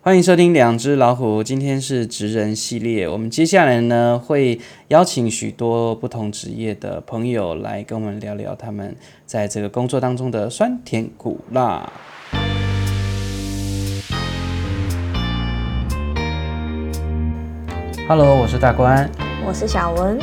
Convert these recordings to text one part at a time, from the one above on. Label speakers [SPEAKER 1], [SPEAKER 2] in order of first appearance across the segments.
[SPEAKER 1] 欢迎收听《两只老虎》，今天是职人系列。我们接下来呢会邀请许多不同职业的朋友来跟我们聊聊他们在这个工作当中的酸甜苦辣。Hello，我是大官。
[SPEAKER 2] 我是小文，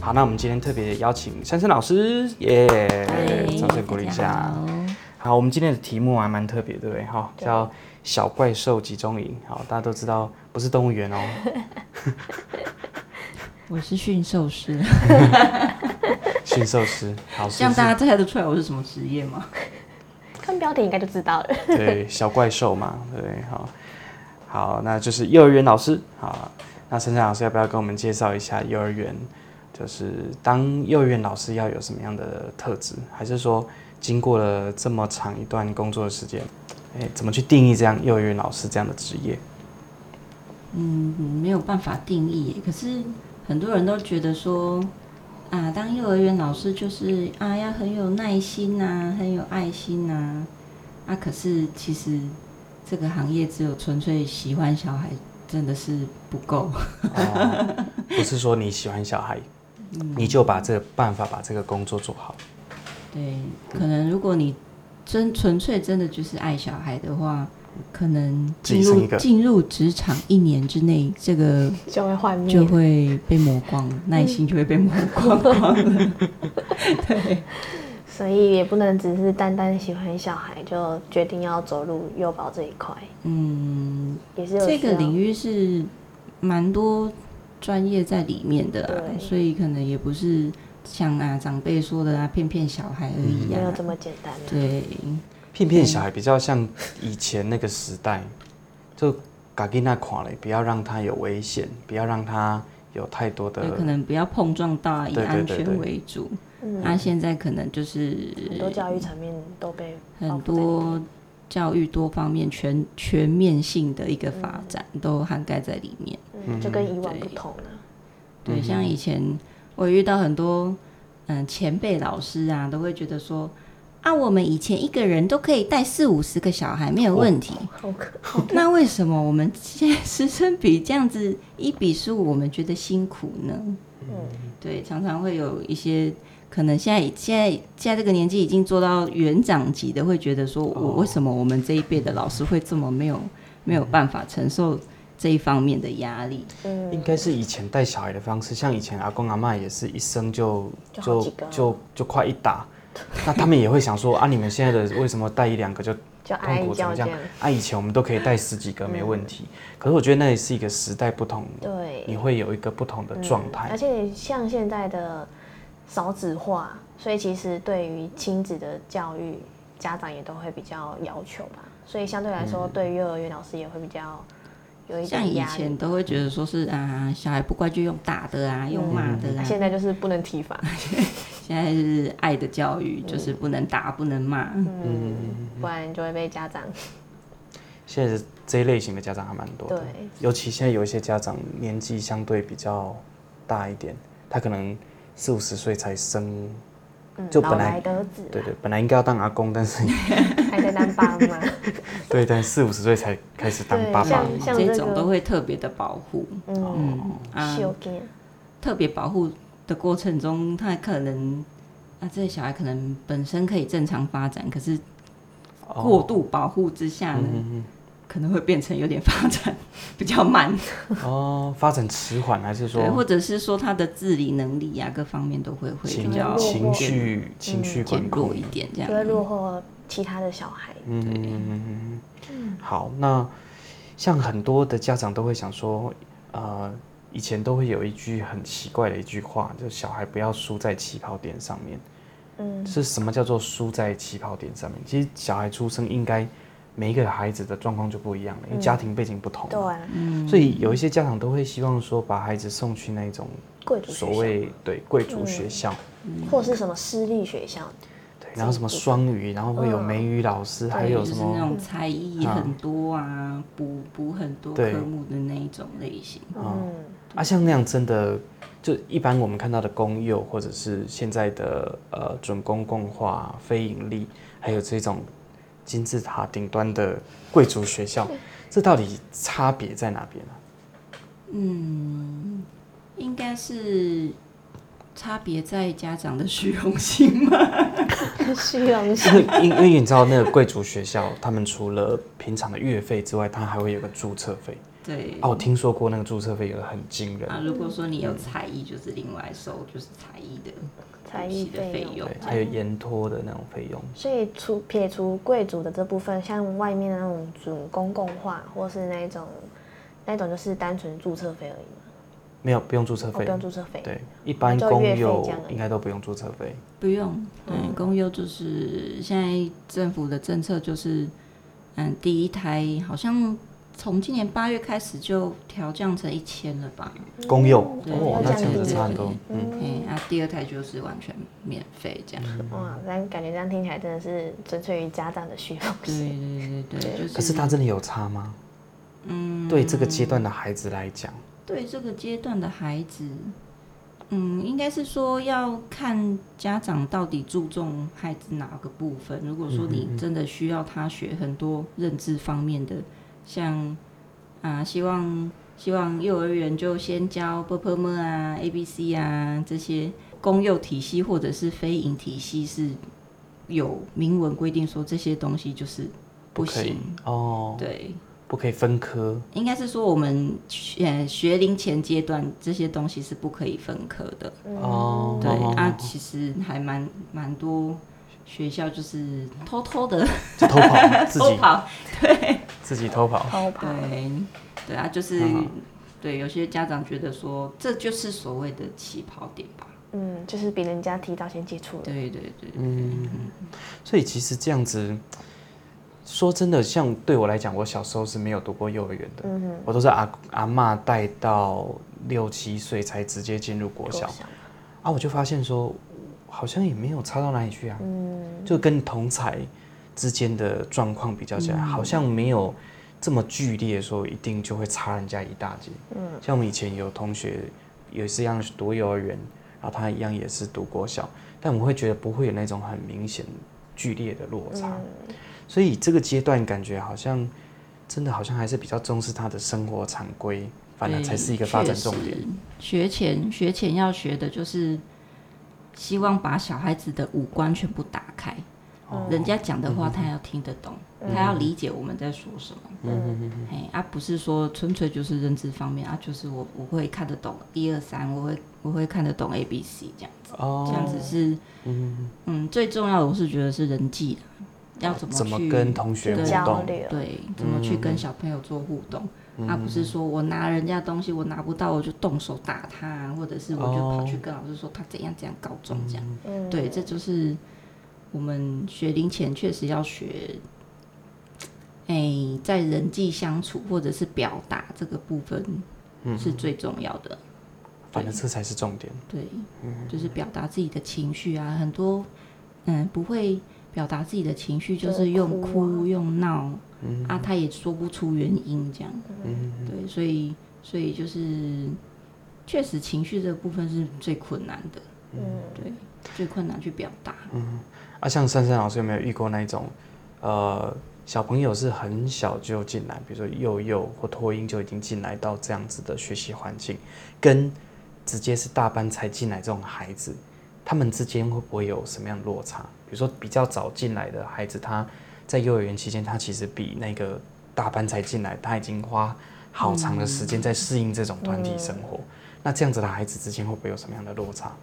[SPEAKER 1] 好，那我们今天特别邀请珊珊老师，耶、掌声鼓励一
[SPEAKER 2] 大家
[SPEAKER 1] 下。
[SPEAKER 2] 好
[SPEAKER 1] 好，我们今天的题目还蛮特别，对不对？哈，叫小怪兽集中营。好，大家都知道不是动物园哦。
[SPEAKER 3] 我是驯 兽师，
[SPEAKER 1] 驯兽师，好，
[SPEAKER 3] 这
[SPEAKER 1] 是
[SPEAKER 3] 样大家猜得出来我是什么职业吗？
[SPEAKER 2] 看标题应该就知道了。
[SPEAKER 1] 对小怪兽嘛， 对不对？好，好，那就是幼儿园老师。好，那陈珊老师要不要跟我们介绍一下幼儿园？就是当幼儿园老师要有什么样的特质，还是说经过了这么长一段工作的时间，哎，怎么去定义这样幼儿园老师这样的职业？
[SPEAKER 3] 嗯，没有办法定义耶。可是很多人都觉得说，啊，当幼儿园老师就是啊，要很有耐心呐、很有爱心呐、啊。可是其实这个行业只有纯粹喜欢小孩，真的是不够。
[SPEAKER 1] 哦，不是说你喜欢小孩，你就把这个办法把这个工作做好。
[SPEAKER 3] 对，可能如果你真纯粹真的就是爱小孩的话，可能进
[SPEAKER 1] 自己生
[SPEAKER 3] 入
[SPEAKER 1] 一个
[SPEAKER 3] 进入职场一年之内，这个
[SPEAKER 2] 就会幻
[SPEAKER 3] 就
[SPEAKER 2] 灭，
[SPEAKER 3] 会被磨光，耐心就会被磨光了。对，
[SPEAKER 2] 所以也不能只是单单喜欢小孩就决定要走入幼保这一块，
[SPEAKER 3] 嗯，
[SPEAKER 2] 也是有
[SPEAKER 3] 这个领
[SPEAKER 2] 域
[SPEAKER 3] 域是蛮多专业在里面的、啊，
[SPEAKER 2] 对
[SPEAKER 3] 所以可能也不是像啊长辈说的啊骗骗小孩而已
[SPEAKER 2] 没有
[SPEAKER 3] 啊。
[SPEAKER 2] 这么简单啊。
[SPEAKER 3] 对，
[SPEAKER 1] 骗骗小孩比较像以前那个时代，就嘎给那垮了，不要让他有危险，不要让他有太多的
[SPEAKER 3] 有可能不要碰撞到啊，以
[SPEAKER 1] 对对
[SPEAKER 3] 安
[SPEAKER 1] 对
[SPEAKER 3] 全
[SPEAKER 1] 对
[SPEAKER 3] 为主。
[SPEAKER 2] 嗯
[SPEAKER 3] 那、现在可能就是
[SPEAKER 2] 很多教育层面都被
[SPEAKER 3] 很多教育多方面全全面性的一个发展都涵盖在里面。
[SPEAKER 2] 嗯就跟以往不同了。
[SPEAKER 3] 对，像以前我遇到很多嗯前辈老师啊，都会觉得说啊，我们以前一个人都可以带四五十个小孩没有问题，
[SPEAKER 2] 好可
[SPEAKER 3] 那为什么我们现在 师生比这样子一比十五，我们觉得辛苦呢？嗯，对，常常会有一些。可能现在现在现在这个年纪已经做到园长级的，会觉得说，我为什么我们这一辈的老师会这么没有没有办法承受这一方面的压力？
[SPEAKER 2] 嗯，
[SPEAKER 1] 应该是以前带小孩的方式，像以前阿公阿嬷也是一生就
[SPEAKER 2] 就好几
[SPEAKER 1] 就
[SPEAKER 2] 个啊
[SPEAKER 1] 就就快一打，那他们也会想说啊，你们现在的为什么带一两个就
[SPEAKER 2] 就哀
[SPEAKER 1] 痛苦成
[SPEAKER 2] 叫
[SPEAKER 1] 这
[SPEAKER 2] 这
[SPEAKER 1] 样
[SPEAKER 2] 样。？嗯
[SPEAKER 1] 啊，以前我们都可以带十几个没问题，可是我觉得那也是一个时代不同，
[SPEAKER 2] 对，
[SPEAKER 1] 你会有一个不同的状态
[SPEAKER 2] 而。且像现在的少子化，所以其实对于亲子的教育，家长也都会比较要求吧。所以相对来
[SPEAKER 1] 嗯
[SPEAKER 2] 说，对于幼儿园老师也会比较有一
[SPEAKER 3] 像
[SPEAKER 2] 点
[SPEAKER 3] 以
[SPEAKER 2] 压力。
[SPEAKER 3] 前都会觉得说是啊，小孩不乖就用打的啊，用骂的啊。
[SPEAKER 2] 嗯现在就是不能体罚，
[SPEAKER 3] 现在是爱的教育，就是不能打，不能骂。
[SPEAKER 2] 嗯，不然就会被家长
[SPEAKER 1] 现在这一类型的家长还蛮多的，
[SPEAKER 2] 对
[SPEAKER 1] 尤其现在有一些家长年纪相对比较大一点，他可能四五十岁才生，
[SPEAKER 2] 嗯
[SPEAKER 1] 就本
[SPEAKER 2] 老
[SPEAKER 1] 来
[SPEAKER 2] 来得子，
[SPEAKER 1] 对对，本来应该要当阿公，但是
[SPEAKER 2] 还在当爸 妈，
[SPEAKER 1] 对，但四五十岁才开始当
[SPEAKER 2] 对
[SPEAKER 1] 爸爸
[SPEAKER 2] 像，像
[SPEAKER 3] 嗯这
[SPEAKER 2] 这
[SPEAKER 3] 种
[SPEAKER 2] 个
[SPEAKER 3] 都会特别的保护，
[SPEAKER 2] 嗯，
[SPEAKER 3] 啊
[SPEAKER 2] 修根，
[SPEAKER 3] 特别保护的过程中，他可能啊，这个小孩可能本身可以正常发展，可是
[SPEAKER 1] 哦
[SPEAKER 3] 过度保护之下呢，
[SPEAKER 1] 嗯
[SPEAKER 3] 可能会变成有点 发展比较慢，
[SPEAKER 1] 哦，发展迟缓，还是
[SPEAKER 3] 对，
[SPEAKER 1] 说
[SPEAKER 3] 或者是说他的自理能力啊，各方面都会会比
[SPEAKER 1] 情
[SPEAKER 3] 较嗯
[SPEAKER 1] 情绪情绪管
[SPEAKER 3] 减
[SPEAKER 1] 控
[SPEAKER 3] 弱一点这样
[SPEAKER 2] 就。会落后其他的小孩。
[SPEAKER 1] 嗯好，那像很多的家长都会想说，呃，以前都会有一句很奇怪的一句话，就是小孩不要输在起跑点上面。嗯，是什么叫做输在起跑点上面？其实小孩出生应该每一个孩子的状况就不一样了，因为家庭背景不同
[SPEAKER 2] 对
[SPEAKER 1] 嘛，
[SPEAKER 2] 啊，
[SPEAKER 3] 嗯
[SPEAKER 1] 所以有一些家长都会希望说把孩子送去那种
[SPEAKER 2] 贵族学
[SPEAKER 1] 所
[SPEAKER 2] 校
[SPEAKER 1] 谓对贵族学校，
[SPEAKER 2] 或是什么私立学校，
[SPEAKER 1] 对，然后什么双语，然后会有美语老师，还
[SPEAKER 3] 对
[SPEAKER 1] 有
[SPEAKER 3] 就
[SPEAKER 1] 什
[SPEAKER 3] 是那
[SPEAKER 1] 么
[SPEAKER 3] 种才艺
[SPEAKER 1] 啊
[SPEAKER 3] 很多啊，补补很多
[SPEAKER 1] 对
[SPEAKER 3] 科目的那一种类型。
[SPEAKER 2] 嗯，
[SPEAKER 1] 啊，像那样真的，就一般我们看到的公幼，或者是现在的呃准公共化、非盈利，还有这种金字塔顶端的贵族学校，这到底差别在哪边呢、啊
[SPEAKER 3] 应该是差别在家长的虚荣心嘛。
[SPEAKER 2] 虚荣
[SPEAKER 1] 因
[SPEAKER 2] 心，
[SPEAKER 1] 为因因为你知道那个贵族学校，他们除了平常的月费之外，它还会有个注册费。
[SPEAKER 3] 对
[SPEAKER 1] 哦，我听说过那个注册费有的很惊人，
[SPEAKER 3] 啊，如果说你
[SPEAKER 1] 嗯
[SPEAKER 3] 有才艺，就是另外收就是才艺的
[SPEAKER 2] 才
[SPEAKER 3] 补
[SPEAKER 2] 艺
[SPEAKER 3] 习 的
[SPEAKER 2] 费
[SPEAKER 3] 费
[SPEAKER 2] 用
[SPEAKER 3] 用
[SPEAKER 1] 对。，还有延托的那种费用。
[SPEAKER 2] 所以除撇除贵族的这部分，像外面的那种准公共化，或是那种那种就是单纯注册费而已嘛，
[SPEAKER 1] 没有，不用注册
[SPEAKER 2] 哦，
[SPEAKER 1] 费。
[SPEAKER 2] 不用注册费。
[SPEAKER 1] 对，一般
[SPEAKER 2] 就
[SPEAKER 1] 公
[SPEAKER 2] 月费
[SPEAKER 1] 幼
[SPEAKER 2] 这样而已
[SPEAKER 1] 应该都不用注册费。
[SPEAKER 3] 不用，嗯，公幼就是现在政府的政策就是，嗯，第一胎好像从今年八月开始就调降成一千了吧？
[SPEAKER 1] 公幼，
[SPEAKER 2] 对
[SPEAKER 1] 哦，那这样子差很多。嗯，
[SPEAKER 3] 嗯，啊，第二胎就是完全免费这样。
[SPEAKER 2] 哇，但感觉这样听起来真的是纯粹于家长的虚荣
[SPEAKER 3] 对
[SPEAKER 2] 心。
[SPEAKER 3] 对对对，就是。
[SPEAKER 1] 可是它真的有差吗？嗯，对这个阶段的孩子来讲，
[SPEAKER 3] 对这个阶段的孩子，嗯，应该是说要看家长到底注重孩子哪个部分。如果
[SPEAKER 1] 嗯
[SPEAKER 3] 说你真的需要他学很多认知方面的，像啊，希望希望幼儿园就先教 b p m 啊、a b c 啊这些公幼体系或者是非营体系是有明文规定说这些东西就是
[SPEAKER 1] 不可以
[SPEAKER 3] 行。
[SPEAKER 1] 哦，
[SPEAKER 3] 对，
[SPEAKER 1] 不可以分科。
[SPEAKER 3] 应该是说我们学呃学龄前阶段这些东西是不可以分科的，
[SPEAKER 1] 哦，
[SPEAKER 3] 对、
[SPEAKER 1] 哦
[SPEAKER 3] 啊，其实还蛮蛮多学校就是偷偷的
[SPEAKER 1] 就偷 跑，自
[SPEAKER 3] 偷
[SPEAKER 1] 己
[SPEAKER 3] 跑，
[SPEAKER 1] 自己偷跑。
[SPEAKER 2] 偷跑，
[SPEAKER 3] 对对啊，就是、
[SPEAKER 1] 嗯
[SPEAKER 3] 对有些家长觉得说这就是所谓的起跑点吧，
[SPEAKER 2] 嗯，就是比人家提早先接触了。
[SPEAKER 3] 对对对，
[SPEAKER 1] 所以其实这样子，说真的，像对我来讲，我小时候是没有读过幼儿园的，
[SPEAKER 2] 嗯哼，
[SPEAKER 1] 我都是阿阿嬷带到六七岁才直接进入国小
[SPEAKER 2] 国小
[SPEAKER 1] 啊，我就发现说，好像也没有差到哪里去啊，
[SPEAKER 2] 嗯，
[SPEAKER 1] 就跟同才之间的状况比较起来，好像没有这么剧烈，说一定就会差人家一大截。嗯，像我们以前有同学也是一样读幼儿园，然后他一样也是读国小，但我们会觉得不会有那种很明显剧烈的落差，所以这个阶段感觉好像真的好像还是比较重视他的生活常规，反而
[SPEAKER 3] 对
[SPEAKER 1] 才是一个发展
[SPEAKER 3] 确
[SPEAKER 1] 重点。
[SPEAKER 3] 实学前学前要学的就是希望把小孩子的五官全部打开，人家讲的话他要听得懂，他要理解我们在说什么。嗯哎，啊，不是说纯粹就是认知方面啊，就是我我会看得懂一二三，我会我会看得懂 A B C 这样子，
[SPEAKER 1] 哦
[SPEAKER 3] 这样子是嗯最重要的我是觉得是人际啊，要怎么
[SPEAKER 1] 怎么
[SPEAKER 3] 去
[SPEAKER 1] 跟同学互
[SPEAKER 3] 对
[SPEAKER 2] 嗯交
[SPEAKER 1] 动？
[SPEAKER 2] 流，
[SPEAKER 3] 对，怎么去跟小朋友做互动，而、不是说我拿人家东西我拿不到我就动手打他，或者是我就跑去跟老师说他怎样怎样告状这样。
[SPEAKER 2] 嗯，
[SPEAKER 3] 对，这就是我们学龄前确实要学，哎、在人际相处或者是表达这个部分是最重要的。
[SPEAKER 1] 反正这才是重点。
[SPEAKER 3] 对，就是表达自己的情绪啊，很多嗯不会表达自己的情绪，
[SPEAKER 2] 就
[SPEAKER 3] 就是用
[SPEAKER 2] 哭啊
[SPEAKER 3] 哭、用闹、啊，他也说不出原因这样。
[SPEAKER 2] 嗯
[SPEAKER 3] 对，所以所以就是确实情绪这个部分是最困难的，
[SPEAKER 2] 嗯，
[SPEAKER 3] 对，最困难去表达。
[SPEAKER 1] 啊，像珊珊老师有没有遇过那一种，呃，小朋友是很小就进来，比如说幼幼或托婴就已经进来到这样子的学习环境，跟直接是大班才进来这种孩子，他们之间会不会有什么样的落差？比如说比较早进来的孩子，他在幼儿园期间，他其实比那个大班才进来，他已经花好长的
[SPEAKER 3] 嗯
[SPEAKER 1] 时间在适应这种团体生活。那这样子的孩子之间会不会有什么样的落差？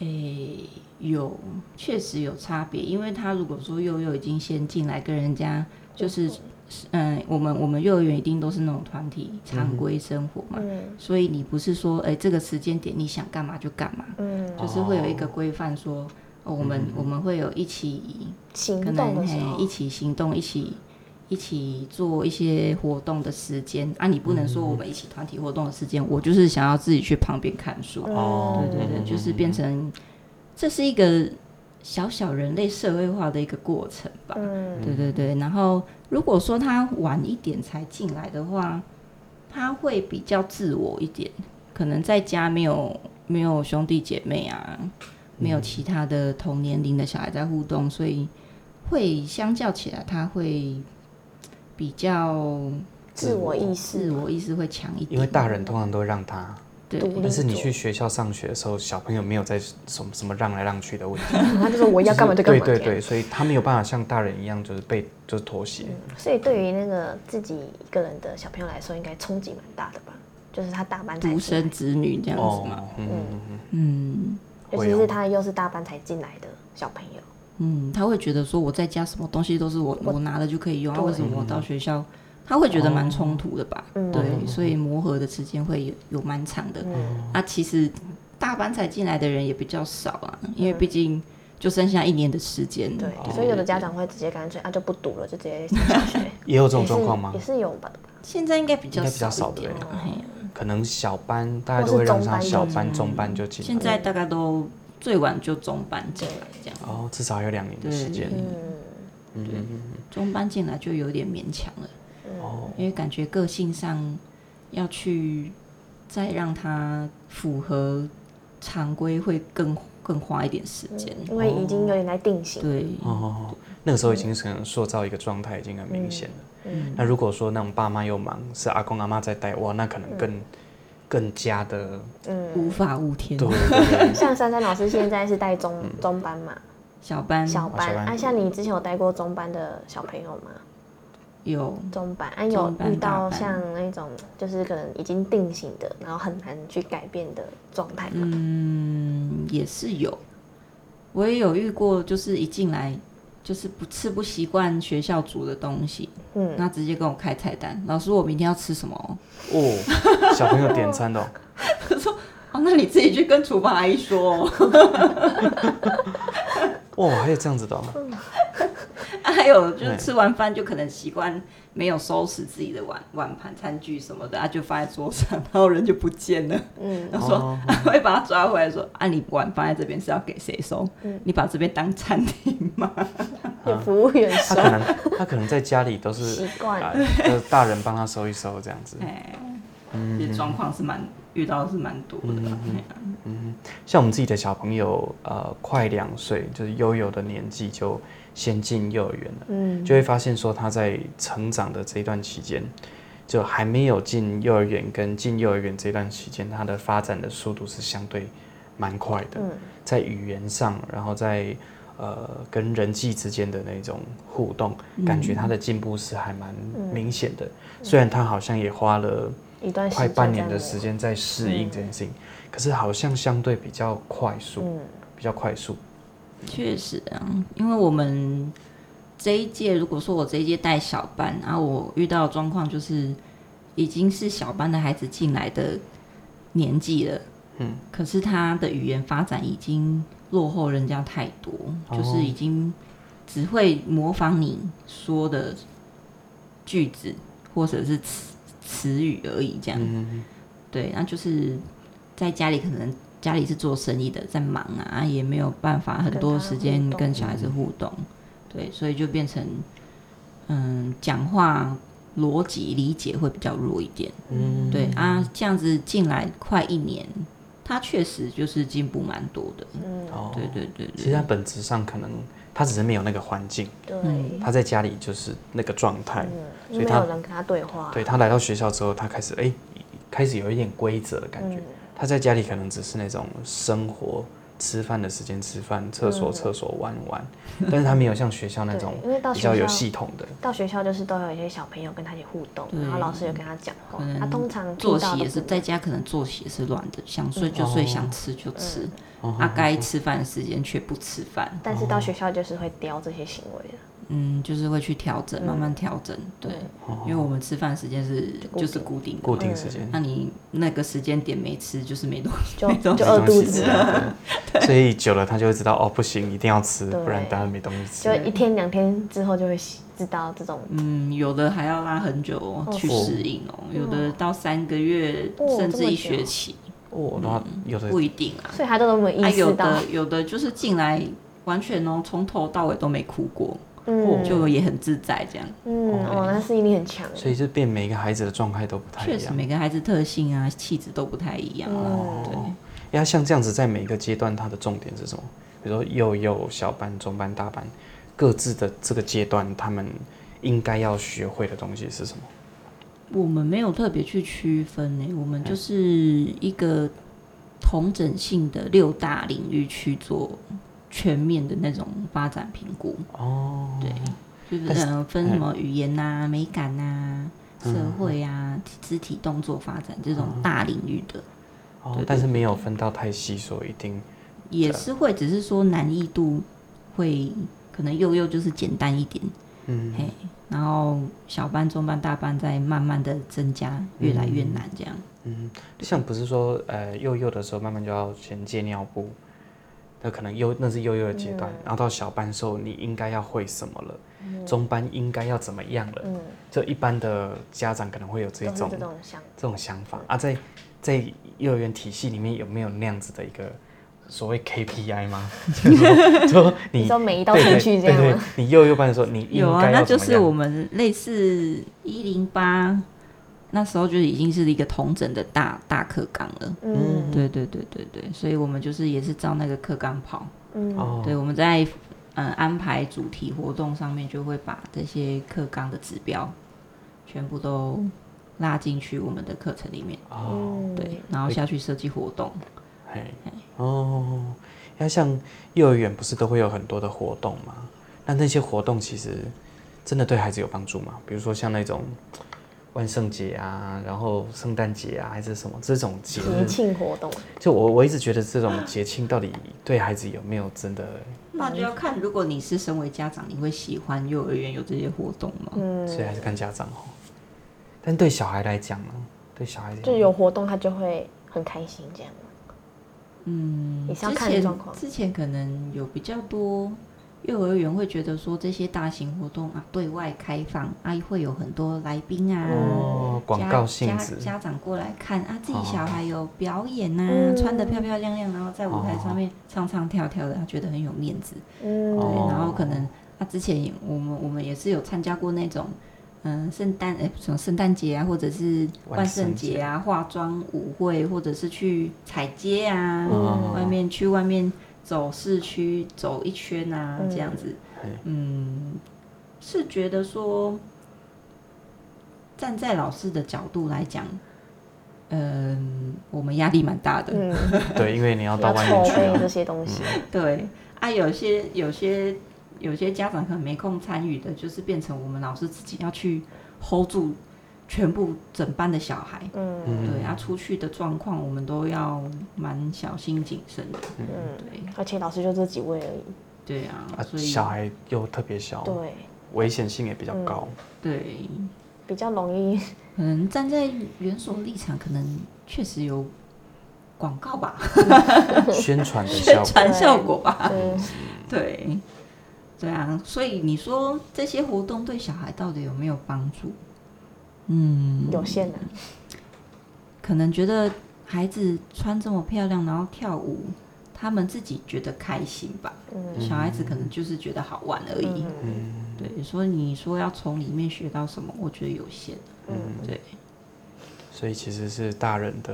[SPEAKER 3] 诶、有确实有差别，因为他如果说幼幼已经先进来跟人家就是，嗯，我们我们幼儿园一定都是那种团体常规生活嘛，
[SPEAKER 2] 嗯
[SPEAKER 3] 所以你不是说，诶、这个时间点你想干嘛就干嘛，
[SPEAKER 2] 嗯，
[SPEAKER 3] 就是会有一个规范说，哦，我们、我们会有一起可
[SPEAKER 2] 行动
[SPEAKER 3] 能
[SPEAKER 2] 的时
[SPEAKER 3] 嘿
[SPEAKER 2] 候
[SPEAKER 3] 一，起行动，一起一起做一些活动的时间啊，你不能说我们一起团体活动的时间，我就是想要自己去旁边看书，
[SPEAKER 1] 哦
[SPEAKER 3] 对对对，就是变成这是一个小小人类社会化的一个过程吧。
[SPEAKER 2] 嗯
[SPEAKER 3] 对对对，然后如果说他晚一点才进来的话，他会比较自我一点，可能在家没有没有兄弟姐妹啊，没有其他的同年龄的小孩在互动，所以会相较起来，他会比较
[SPEAKER 2] 自我意识
[SPEAKER 3] 自我意识会强一点，
[SPEAKER 1] 因为大人通常都让他，
[SPEAKER 3] 对
[SPEAKER 2] 独立
[SPEAKER 1] 但是你
[SPEAKER 2] 做
[SPEAKER 1] 去学校上学的时候，小朋友没有在什么什么让来让去的问题，
[SPEAKER 2] 他就说我 要干嘛就干
[SPEAKER 1] 对
[SPEAKER 2] 嘛。
[SPEAKER 1] 对
[SPEAKER 2] 这样
[SPEAKER 1] 对，所以他没有办法像大人一样，就是被就是妥协。
[SPEAKER 2] 所以对于那个自己一个人的小朋友来说，应该冲击蛮大的吧？就是他大班才
[SPEAKER 3] 独
[SPEAKER 2] 进来
[SPEAKER 3] 生子女这样子嘛，，
[SPEAKER 1] 嗯嗯嗯，
[SPEAKER 3] 嗯
[SPEAKER 2] 尤
[SPEAKER 1] 会
[SPEAKER 2] 其
[SPEAKER 1] 哦
[SPEAKER 2] 是他又是大班才进来的小朋友，
[SPEAKER 3] 嗯，他会觉得说我在家什么东西都是我我拿了就可以用，啊，为什么我
[SPEAKER 1] 嗯
[SPEAKER 3] 到学校？他会觉得蛮
[SPEAKER 1] 哦
[SPEAKER 3] 冲突的吧？
[SPEAKER 2] 嗯
[SPEAKER 3] 对，所以磨合的时间会有有蛮长的。
[SPEAKER 1] 哦
[SPEAKER 3] 啊，其实大班才进来的人也比较少啊，因为毕竟就剩下一年的时间。
[SPEAKER 2] 嗯对，所以有的家长会直接干脆啊就不读了，就直接上小学。
[SPEAKER 1] 也 有这种
[SPEAKER 2] 也是
[SPEAKER 1] 状况吗
[SPEAKER 2] 也？是有吧，
[SPEAKER 3] 现在应该比较
[SPEAKER 1] 应该比较少
[SPEAKER 3] 一点
[SPEAKER 1] 对
[SPEAKER 3] 啊。嘿
[SPEAKER 1] 可能小班大家都会让上小班、中班就进
[SPEAKER 3] 现
[SPEAKER 1] 来，
[SPEAKER 3] 在大概都最晚就中班进来这样，
[SPEAKER 1] 哦，至少还有两年的时间。
[SPEAKER 3] 中班进来就有点勉强了。
[SPEAKER 1] 哦，
[SPEAKER 3] 因为感觉个性上要去再让他符合常规会更更花一点时间。
[SPEAKER 2] 嗯因为已经有点在定型。
[SPEAKER 3] 对，
[SPEAKER 1] 哦，那个时候已经可能塑造一个状态已经很明显
[SPEAKER 3] 嗯
[SPEAKER 1] 了。
[SPEAKER 2] 嗯
[SPEAKER 1] 那如果说那种爸妈又忙，是阿公阿妈在带，哇，那可能更、
[SPEAKER 2] 嗯
[SPEAKER 1] 更加的
[SPEAKER 3] 无法无天
[SPEAKER 1] 对。对对，
[SPEAKER 2] 像珊珊老师现在是带中中班嘛，
[SPEAKER 3] 小班
[SPEAKER 1] 嗯
[SPEAKER 2] 小
[SPEAKER 1] 哦小
[SPEAKER 2] 班。
[SPEAKER 1] 班
[SPEAKER 2] 啊，像你之前有带过中班的小朋友吗？
[SPEAKER 3] 有
[SPEAKER 2] 中班，啊，有
[SPEAKER 3] 中班
[SPEAKER 2] 遇到
[SPEAKER 3] 大班
[SPEAKER 2] 像那种就是可能已经定型的，然后很难去改变的状态嘛。
[SPEAKER 3] 嗯也是有，我也有遇过，就是一进来就是不吃不习惯学校煮的东西，
[SPEAKER 2] 嗯，
[SPEAKER 3] 那直接跟我开菜单，老师我明天要吃什么哦？
[SPEAKER 1] 哦，小朋友点餐的、哦，
[SPEAKER 3] 哦，那你自己去跟厨房阿姨说、哦。
[SPEAKER 1] 哇、还有这样子的、哦，
[SPEAKER 3] 啊 还有就是
[SPEAKER 1] 对
[SPEAKER 3] 吃完饭就可能习惯没有收拾自己的碗碗盘、餐具什么的，啊，就放在桌上，然后人就不见 了。嗯，然后说、
[SPEAKER 1] 哦
[SPEAKER 3] 会把他抓回来说，啊，你碗放在这边是要给谁收？
[SPEAKER 1] 嗯
[SPEAKER 3] 你把这边当餐厅吗？
[SPEAKER 2] 有服务员
[SPEAKER 1] 他
[SPEAKER 2] 收
[SPEAKER 1] 可能他可能在家里都啊是
[SPEAKER 2] 习惯
[SPEAKER 1] 啊，就是大人帮他收一收这样子。
[SPEAKER 3] 哎，
[SPEAKER 1] 嗯
[SPEAKER 3] 这些状况是蛮遇到的是蛮多的啦。哎呀
[SPEAKER 1] 嗯像我们自己的小朋友，呃，快两岁，就是悠悠的年纪就先进幼儿园了，嗯，就会发现说他在成长的这一段期间，就还没有进幼儿园跟进幼儿园这段期间，他的发展的速度是相对蛮快的，
[SPEAKER 2] 嗯
[SPEAKER 1] 在语言上，然后在呃跟人际之间的那种互动，
[SPEAKER 2] 嗯
[SPEAKER 1] 感觉他的进步是还蛮明显的，虽然他好像也花了。
[SPEAKER 2] 一段嗯时
[SPEAKER 1] 快
[SPEAKER 2] 间
[SPEAKER 1] 半年的
[SPEAKER 2] 在
[SPEAKER 1] 时间在适应这件事情，可是好像相对比较快
[SPEAKER 2] 嗯
[SPEAKER 1] 速，比较快速。
[SPEAKER 3] 确实啊，因为我们这一届，如果说我这一届带小班，然后我遇到的状况就是已经是小班的孩子进来的年纪了，嗯，可是他的语言发展已经落后人家太多，
[SPEAKER 1] 哦
[SPEAKER 3] 就是已经只会模仿你说的句子或者是词词语而已，这样，
[SPEAKER 1] 嗯，
[SPEAKER 3] 对，那就是在家里可能家里是做生意的，在忙啊，也没有办法很多时间跟小孩子互动，对，所以就变成嗯，讲话逻辑理解会比较弱一点，嗯，对啊，这样子进来快一年，他确实就是进步蛮多的，
[SPEAKER 1] 哦，
[SPEAKER 3] 对对对
[SPEAKER 1] 其实
[SPEAKER 3] 对，
[SPEAKER 1] 他本质上可能他只是没有那个环境，
[SPEAKER 2] 对，
[SPEAKER 1] 嗯
[SPEAKER 2] 嗯
[SPEAKER 1] 他在家里就是那个状态，所以
[SPEAKER 2] 因为没
[SPEAKER 1] 他
[SPEAKER 2] 有人跟他对话，
[SPEAKER 1] 对他来到学校之后，他开始哎、开始有一点规则的感觉。
[SPEAKER 2] 嗯
[SPEAKER 1] 他在家里可能只是那种生活。吃饭的时间吃饭，厕所厕所玩玩，但是他没有像学校那
[SPEAKER 2] 嗯对
[SPEAKER 1] 种
[SPEAKER 2] 因为到
[SPEAKER 1] 比较
[SPEAKER 2] 学
[SPEAKER 1] 有
[SPEAKER 2] 校嗯
[SPEAKER 1] 系统的，
[SPEAKER 2] 到学校就是都有一些小朋友跟他一起互动，然后老师有跟他讲话，他通常
[SPEAKER 3] 作
[SPEAKER 2] 听到
[SPEAKER 3] 息
[SPEAKER 2] 的
[SPEAKER 3] 也是
[SPEAKER 2] 不
[SPEAKER 3] 在家可能作息也是乱的，想睡就睡，想吃就吃，啊，该吃饭的时间却不吃饭，
[SPEAKER 2] 但
[SPEAKER 1] 哦
[SPEAKER 2] 是到学校就是会雕这些行为的，
[SPEAKER 3] 嗯，就是会去调整，慢慢调整。对，因为我们吃饭时间是就是固定的，
[SPEAKER 1] 固定时间。
[SPEAKER 2] 嗯
[SPEAKER 3] 那你那个时间点没吃，就是没东 西，
[SPEAKER 2] 就
[SPEAKER 3] 没东西
[SPEAKER 2] 就饿
[SPEAKER 1] 没
[SPEAKER 2] 肚子
[SPEAKER 1] 东西啊 吃对所以久了他就会知道哦，不行，一定要吃，
[SPEAKER 2] 对
[SPEAKER 1] 不然等下没东西吃。
[SPEAKER 2] 就一天两天之后就会知道这种，
[SPEAKER 3] 嗯，有的还要拉很久哦去适应哦，有的到三个月
[SPEAKER 2] 哦
[SPEAKER 3] 甚至一
[SPEAKER 2] 这么久
[SPEAKER 3] 学期
[SPEAKER 1] 哦，然后有的
[SPEAKER 2] 嗯
[SPEAKER 3] 不一定啊。
[SPEAKER 2] 所以他都没有
[SPEAKER 3] 啊，
[SPEAKER 2] 意
[SPEAKER 3] 有
[SPEAKER 2] 识到
[SPEAKER 3] 的有的就是进来完全哦，从头到尾都没哭过，
[SPEAKER 2] 嗯，
[SPEAKER 3] 就也很自在这样。
[SPEAKER 2] 嗯，
[SPEAKER 1] OK
[SPEAKER 2] 哦，那适应力很强，
[SPEAKER 1] 哎所以就变每个孩子的状态都不太
[SPEAKER 3] 确
[SPEAKER 1] 一
[SPEAKER 3] 实，
[SPEAKER 1] 样。
[SPEAKER 3] 每个孩子特性啊、气质都不太一样啊。对，
[SPEAKER 1] 要像这样子，在每个阶段，它的重点是什么？比如说幼幼、小班、中班、大班，各自的这个阶段，他们应该要学会的东西是什么？
[SPEAKER 3] 我们没有特别去区分呢、我们就是一个同整性的六大领域去做全面的那种发展评估。哦，对，就是
[SPEAKER 1] 但是
[SPEAKER 3] 嗯、呃分什么语言呐、美感呐、社会啊、肢体动作发展这种大领域的，
[SPEAKER 1] 哦
[SPEAKER 3] 对对，
[SPEAKER 1] 但是没有分到太细，所以一定
[SPEAKER 3] 也是会，只是说难易度会可能幼幼就是简单一点，嗯，嘿，然后小班、中班、大班再慢慢的增加，越来越难这样。
[SPEAKER 1] 像不是说呃幼幼的时候，慢慢就要先戒尿布，那可能幼那是幼幼的阶段，然后到小班的时候，你应该要会什么了，中班应该要怎么样了，
[SPEAKER 2] 嗯，
[SPEAKER 1] 就一般的家长可能会有这
[SPEAKER 2] 都是
[SPEAKER 1] 种
[SPEAKER 2] 这种想，
[SPEAKER 1] 这种想法啊，在在幼儿园体系里面有没有那样子的一个所谓 KPI 吗？ 就是说就
[SPEAKER 2] 你
[SPEAKER 1] 你
[SPEAKER 2] 说每一道
[SPEAKER 1] 对
[SPEAKER 2] 程
[SPEAKER 1] 对
[SPEAKER 2] 序这
[SPEAKER 1] 对
[SPEAKER 2] 样
[SPEAKER 1] 对
[SPEAKER 2] 吗？，
[SPEAKER 1] 你幼幼班的时候你应
[SPEAKER 3] 有啊，
[SPEAKER 1] 嗯该
[SPEAKER 3] 那
[SPEAKER 1] 要
[SPEAKER 3] 就
[SPEAKER 1] 怎么
[SPEAKER 3] 是我
[SPEAKER 1] 样？
[SPEAKER 3] 们类似一零八，那时候就已经是一个同整的大大课纲了。
[SPEAKER 2] 嗯
[SPEAKER 3] 对对对对对，所以我们就是也是照那个课纲跑。
[SPEAKER 2] 嗯
[SPEAKER 1] 哦，
[SPEAKER 3] 对，我们在嗯安排主题活动上面，就会把这些课纲的指标全部都拉进去我们的课程里面。
[SPEAKER 1] 哦，
[SPEAKER 2] 嗯，
[SPEAKER 3] 对，然后下去设计活动。
[SPEAKER 1] 嘿，哦，要像幼儿园不是都会有很多的活动嘛？那那些活动其实真的对孩子有帮助吗？比如说像那种万圣节啊，然后圣诞节啊，还是什么这种节
[SPEAKER 2] 节
[SPEAKER 1] 日？
[SPEAKER 2] 庆活动，
[SPEAKER 1] 就我我一直觉得这种节庆到底对孩子有没有真的？
[SPEAKER 3] 那就要看，如果你是身为家长，你会喜欢幼儿园有这些活动吗？
[SPEAKER 2] 嗯，
[SPEAKER 1] 哦所以还是看家长哦。但对小孩来讲呢，对小孩
[SPEAKER 2] 就有活动他就会很开心这样。嗯，也是要
[SPEAKER 3] 之
[SPEAKER 2] 看
[SPEAKER 3] 前
[SPEAKER 2] 状况。
[SPEAKER 3] 之前可能有比较多幼儿园会觉得说这些大型活动啊对外开放啊会有很多来宾啊。
[SPEAKER 1] 哦广
[SPEAKER 3] 家
[SPEAKER 1] 告性
[SPEAKER 3] 家
[SPEAKER 1] 质哦
[SPEAKER 3] 家长过来看啊，自己小孩有表演啊，
[SPEAKER 2] 嗯
[SPEAKER 3] 穿的漂漂亮亮，然后在舞台上面唱唱跳跳的，他觉得很有面子。
[SPEAKER 2] 嗯，
[SPEAKER 1] 哦
[SPEAKER 3] 对，然后可能他、之前也我们我们也是有参加过那种，嗯、圣诞哎什么圣诞节啊，或者是万圣节啊，化妆舞会，或者是去踩街啊，
[SPEAKER 1] 嗯
[SPEAKER 3] 外面去外面走市区走一圈啊，
[SPEAKER 2] 嗯
[SPEAKER 3] 这样子
[SPEAKER 1] 嘿，
[SPEAKER 3] 嗯，是觉得说，站在老师的角度来讲，嗯、我们压力蛮大的，
[SPEAKER 2] 嗯，
[SPEAKER 1] 对，因为你要到
[SPEAKER 2] 要
[SPEAKER 1] 外面
[SPEAKER 2] 筹
[SPEAKER 1] 去
[SPEAKER 2] 备
[SPEAKER 1] 啊，
[SPEAKER 2] 这些东西，
[SPEAKER 3] 对啊，有些有些有些家长可能没空参与的，就是变成我们老师自己要去 hold 住全部整班的小孩。
[SPEAKER 2] 嗯
[SPEAKER 3] 对，啊，出去的状况我们都要蛮小心谨慎的。
[SPEAKER 2] 嗯，
[SPEAKER 3] 对
[SPEAKER 2] 而且老师就这几位而已，
[SPEAKER 3] 对啊，
[SPEAKER 1] 啊，
[SPEAKER 3] 所以
[SPEAKER 1] 小孩又特别小，
[SPEAKER 2] 对，嗯
[SPEAKER 1] 危险性也比较 高。
[SPEAKER 3] 对，
[SPEAKER 2] 比较 容易，
[SPEAKER 3] 可能站在园所立场，可能确实有广告吧，
[SPEAKER 1] 宣传的 效
[SPEAKER 3] 宣
[SPEAKER 1] 果，
[SPEAKER 3] 传效果吧。
[SPEAKER 2] 嗯，
[SPEAKER 3] 对，对啊，所以你说这些活动对小孩到底有没有帮助？嗯，
[SPEAKER 2] 有限啊的，
[SPEAKER 3] 可能觉得孩子穿这么漂亮，然后跳舞，他们自己觉得开心吧。
[SPEAKER 2] 嗯
[SPEAKER 3] 小孩子可能就是觉得好玩而已。
[SPEAKER 2] 嗯
[SPEAKER 3] 对，所以你说要从里面学到什么，我觉得有限。
[SPEAKER 2] 嗯，
[SPEAKER 3] 对，
[SPEAKER 1] 所以其实是大人的，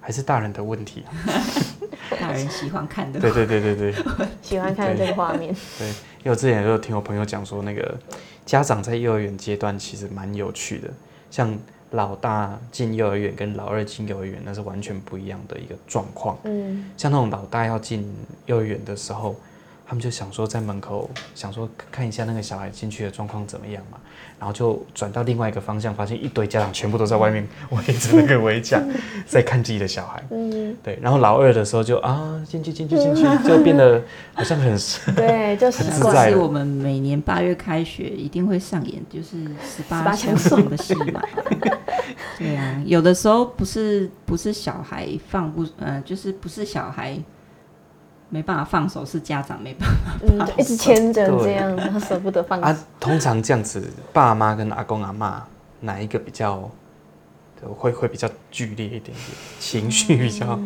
[SPEAKER 1] 还是大人的问题啊。
[SPEAKER 3] 大人喜欢看 的。啊
[SPEAKER 1] 对对对对嗯对
[SPEAKER 2] 喜欢看这个画 面，
[SPEAKER 1] 对，因为我之前就听我朋友讲说，那个家长在幼儿园阶段其实蛮有趣的，像老大进幼儿园跟老二进幼儿园那是完全不一样的一个状况。
[SPEAKER 2] 嗯
[SPEAKER 1] 像那种老大要进幼儿园的时候，他们就想说在门口想说看一下那个小孩进去的状况怎么样嘛，然后就转到另外一个方向，发现一堆家长全部都在外面 围着那个围墙在看自己的小孩。
[SPEAKER 2] 嗯，
[SPEAKER 1] 对，然后老二的时候就啊进去进去进去，就变得好像很
[SPEAKER 2] 对，就习
[SPEAKER 1] 很自
[SPEAKER 3] 或
[SPEAKER 1] 在
[SPEAKER 2] 惯，
[SPEAKER 3] 是
[SPEAKER 1] 了
[SPEAKER 3] 我们每年八月开学一定会上演，就是十八
[SPEAKER 2] 18
[SPEAKER 3] 相送的戏嘛。 对啊，有的时候不是不是小孩放不，呃，就是不是小孩没办法放手，是家长没办法。
[SPEAKER 2] 嗯，就一直牵着这样，然后舍不得放
[SPEAKER 1] 啊
[SPEAKER 2] 手，。
[SPEAKER 1] 通常这样子，爸妈跟阿公阿妈哪一个比较就会会比较剧烈一点点，
[SPEAKER 2] 嗯
[SPEAKER 1] 情绪比较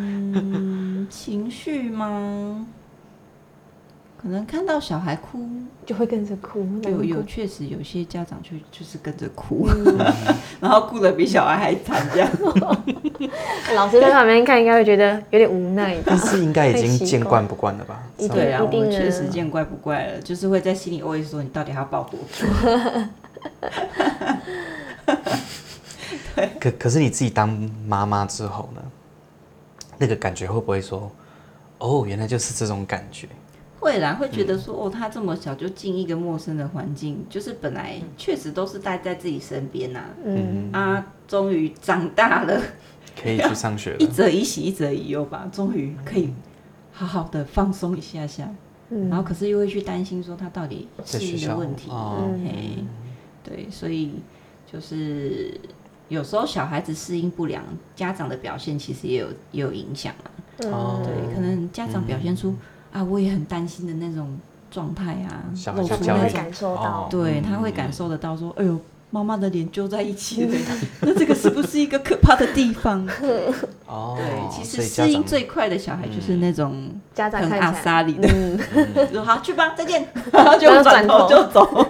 [SPEAKER 3] 情绪吗？可能看到小孩哭，
[SPEAKER 2] 就会跟着哭，
[SPEAKER 3] 有有
[SPEAKER 2] 难过
[SPEAKER 3] 确实有些家长就就是跟着哭，
[SPEAKER 2] 嗯
[SPEAKER 3] 然后哭的比小孩还惨这样。
[SPEAKER 2] 老师在旁边看，应该会觉得有点无奈吧
[SPEAKER 1] 但？是应该已
[SPEAKER 2] 太
[SPEAKER 1] 经
[SPEAKER 2] 习惯
[SPEAKER 1] 见惯不惯了吧？
[SPEAKER 2] 一定
[SPEAKER 1] 这
[SPEAKER 3] 对
[SPEAKER 1] 样
[SPEAKER 3] 啊，我
[SPEAKER 2] 一定
[SPEAKER 3] 们
[SPEAKER 2] 啊
[SPEAKER 3] 确实见怪不怪了，就是会在心里 always 说你到底还要报多 久？
[SPEAKER 1] 可可是你自己当妈妈之后呢，那个感觉会不会说，哦，原来就是这种感觉？
[SPEAKER 3] 会啦，会觉得说、哦，他这么小就进一个陌生的环境，就是本来确实都是待在自己身边呐、
[SPEAKER 2] 嗯，
[SPEAKER 3] 啊，终于长大了，
[SPEAKER 1] 可以去上学
[SPEAKER 3] 一
[SPEAKER 1] 了，
[SPEAKER 3] 则以喜，一则以忧吧，终于可以好好的放松一下下，
[SPEAKER 2] 嗯
[SPEAKER 3] 然后可是又会去担心说他到底适
[SPEAKER 1] 在学
[SPEAKER 3] 应
[SPEAKER 1] 校
[SPEAKER 3] 的问题，
[SPEAKER 1] 哦
[SPEAKER 3] 嘿，对，所以就是有时候小孩子适应不良，家长的表现其实也有也有影响啊，
[SPEAKER 1] 哦
[SPEAKER 3] 对，可能家长表现
[SPEAKER 1] 嗯
[SPEAKER 3] 出、啊，我也很担心的那种状态啊，
[SPEAKER 1] 小孩
[SPEAKER 3] 露
[SPEAKER 1] 子
[SPEAKER 3] 出
[SPEAKER 2] 小
[SPEAKER 1] 焦
[SPEAKER 2] 朋
[SPEAKER 1] 虑
[SPEAKER 2] 友会
[SPEAKER 3] 那种
[SPEAKER 2] 感受到
[SPEAKER 1] 哦，
[SPEAKER 3] 对他会感受得到说，哎呦，妈妈的脸揪在一起了， 那这个是不是一个可怕的地方？
[SPEAKER 1] 哦
[SPEAKER 3] 对，其实
[SPEAKER 1] 所以家
[SPEAKER 3] 适应
[SPEAKER 1] 长哦嗯
[SPEAKER 3] 最快的小孩就是那种
[SPEAKER 2] 家长
[SPEAKER 3] 很
[SPEAKER 2] 看
[SPEAKER 3] 阿
[SPEAKER 2] 起来，
[SPEAKER 3] 莎里的，
[SPEAKER 2] 嗯，
[SPEAKER 3] 说好去吧，再 见，然后就转头就走。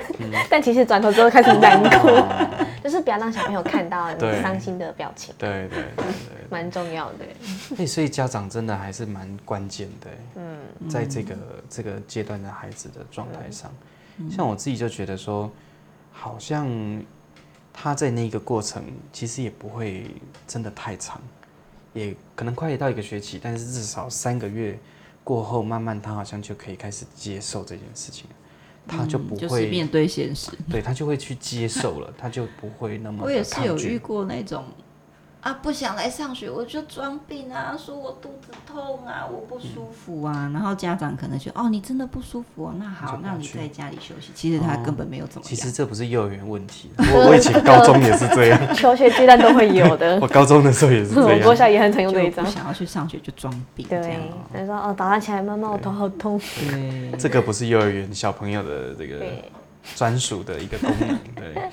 [SPEAKER 2] 但其实转头之后开始难 过，
[SPEAKER 1] 哦
[SPEAKER 2] 就是不要让小朋友看到你
[SPEAKER 1] 对
[SPEAKER 2] 伤心的表情，
[SPEAKER 1] 对对对对
[SPEAKER 2] 蛮重要的。
[SPEAKER 1] 哎，所以家长真的还是蛮关键的，嗯，在这个这个阶段的孩子的状态上，
[SPEAKER 3] 嗯
[SPEAKER 1] 像我自己就觉得说，好像他在那个过程其实也不会真的太长，也可能快到一个学期，但是至少三个月过后，慢慢他好像就可以开始接受这件事情了，他就不
[SPEAKER 3] 嗯就是
[SPEAKER 1] 会
[SPEAKER 3] 面对现实。
[SPEAKER 1] 对他就会去接受了，他就不会那么
[SPEAKER 3] 我也
[SPEAKER 1] 的
[SPEAKER 3] 是有
[SPEAKER 1] 抗
[SPEAKER 3] 遇
[SPEAKER 1] 拒。
[SPEAKER 3] 过那种啊，不想来上学，我就装病啊，说我肚子痛啊，我不舒服啊，然后家长可能就哦，你真的不舒服哦，那
[SPEAKER 1] 就
[SPEAKER 3] 好，
[SPEAKER 1] 不要
[SPEAKER 3] 那你
[SPEAKER 1] 去哦
[SPEAKER 3] 在家里休息。其实他根本没有怎么
[SPEAKER 1] 其实
[SPEAKER 3] 样。
[SPEAKER 1] 这不是幼儿园问题，我我以前高中也是这样。，
[SPEAKER 2] 求学阶段都会有的
[SPEAKER 1] 我高中的时候也是这
[SPEAKER 2] 我国
[SPEAKER 1] 样，
[SPEAKER 2] 小也很常用
[SPEAKER 3] 就
[SPEAKER 2] 这一招
[SPEAKER 3] 不。想要去上学就装病这
[SPEAKER 2] 对
[SPEAKER 3] 样，，
[SPEAKER 2] 他说哦，早上起来妈妈我头好痛。
[SPEAKER 3] 对，
[SPEAKER 1] 这个不是幼儿园小朋友的这个
[SPEAKER 2] 对，
[SPEAKER 1] 专属的一个功 能，对，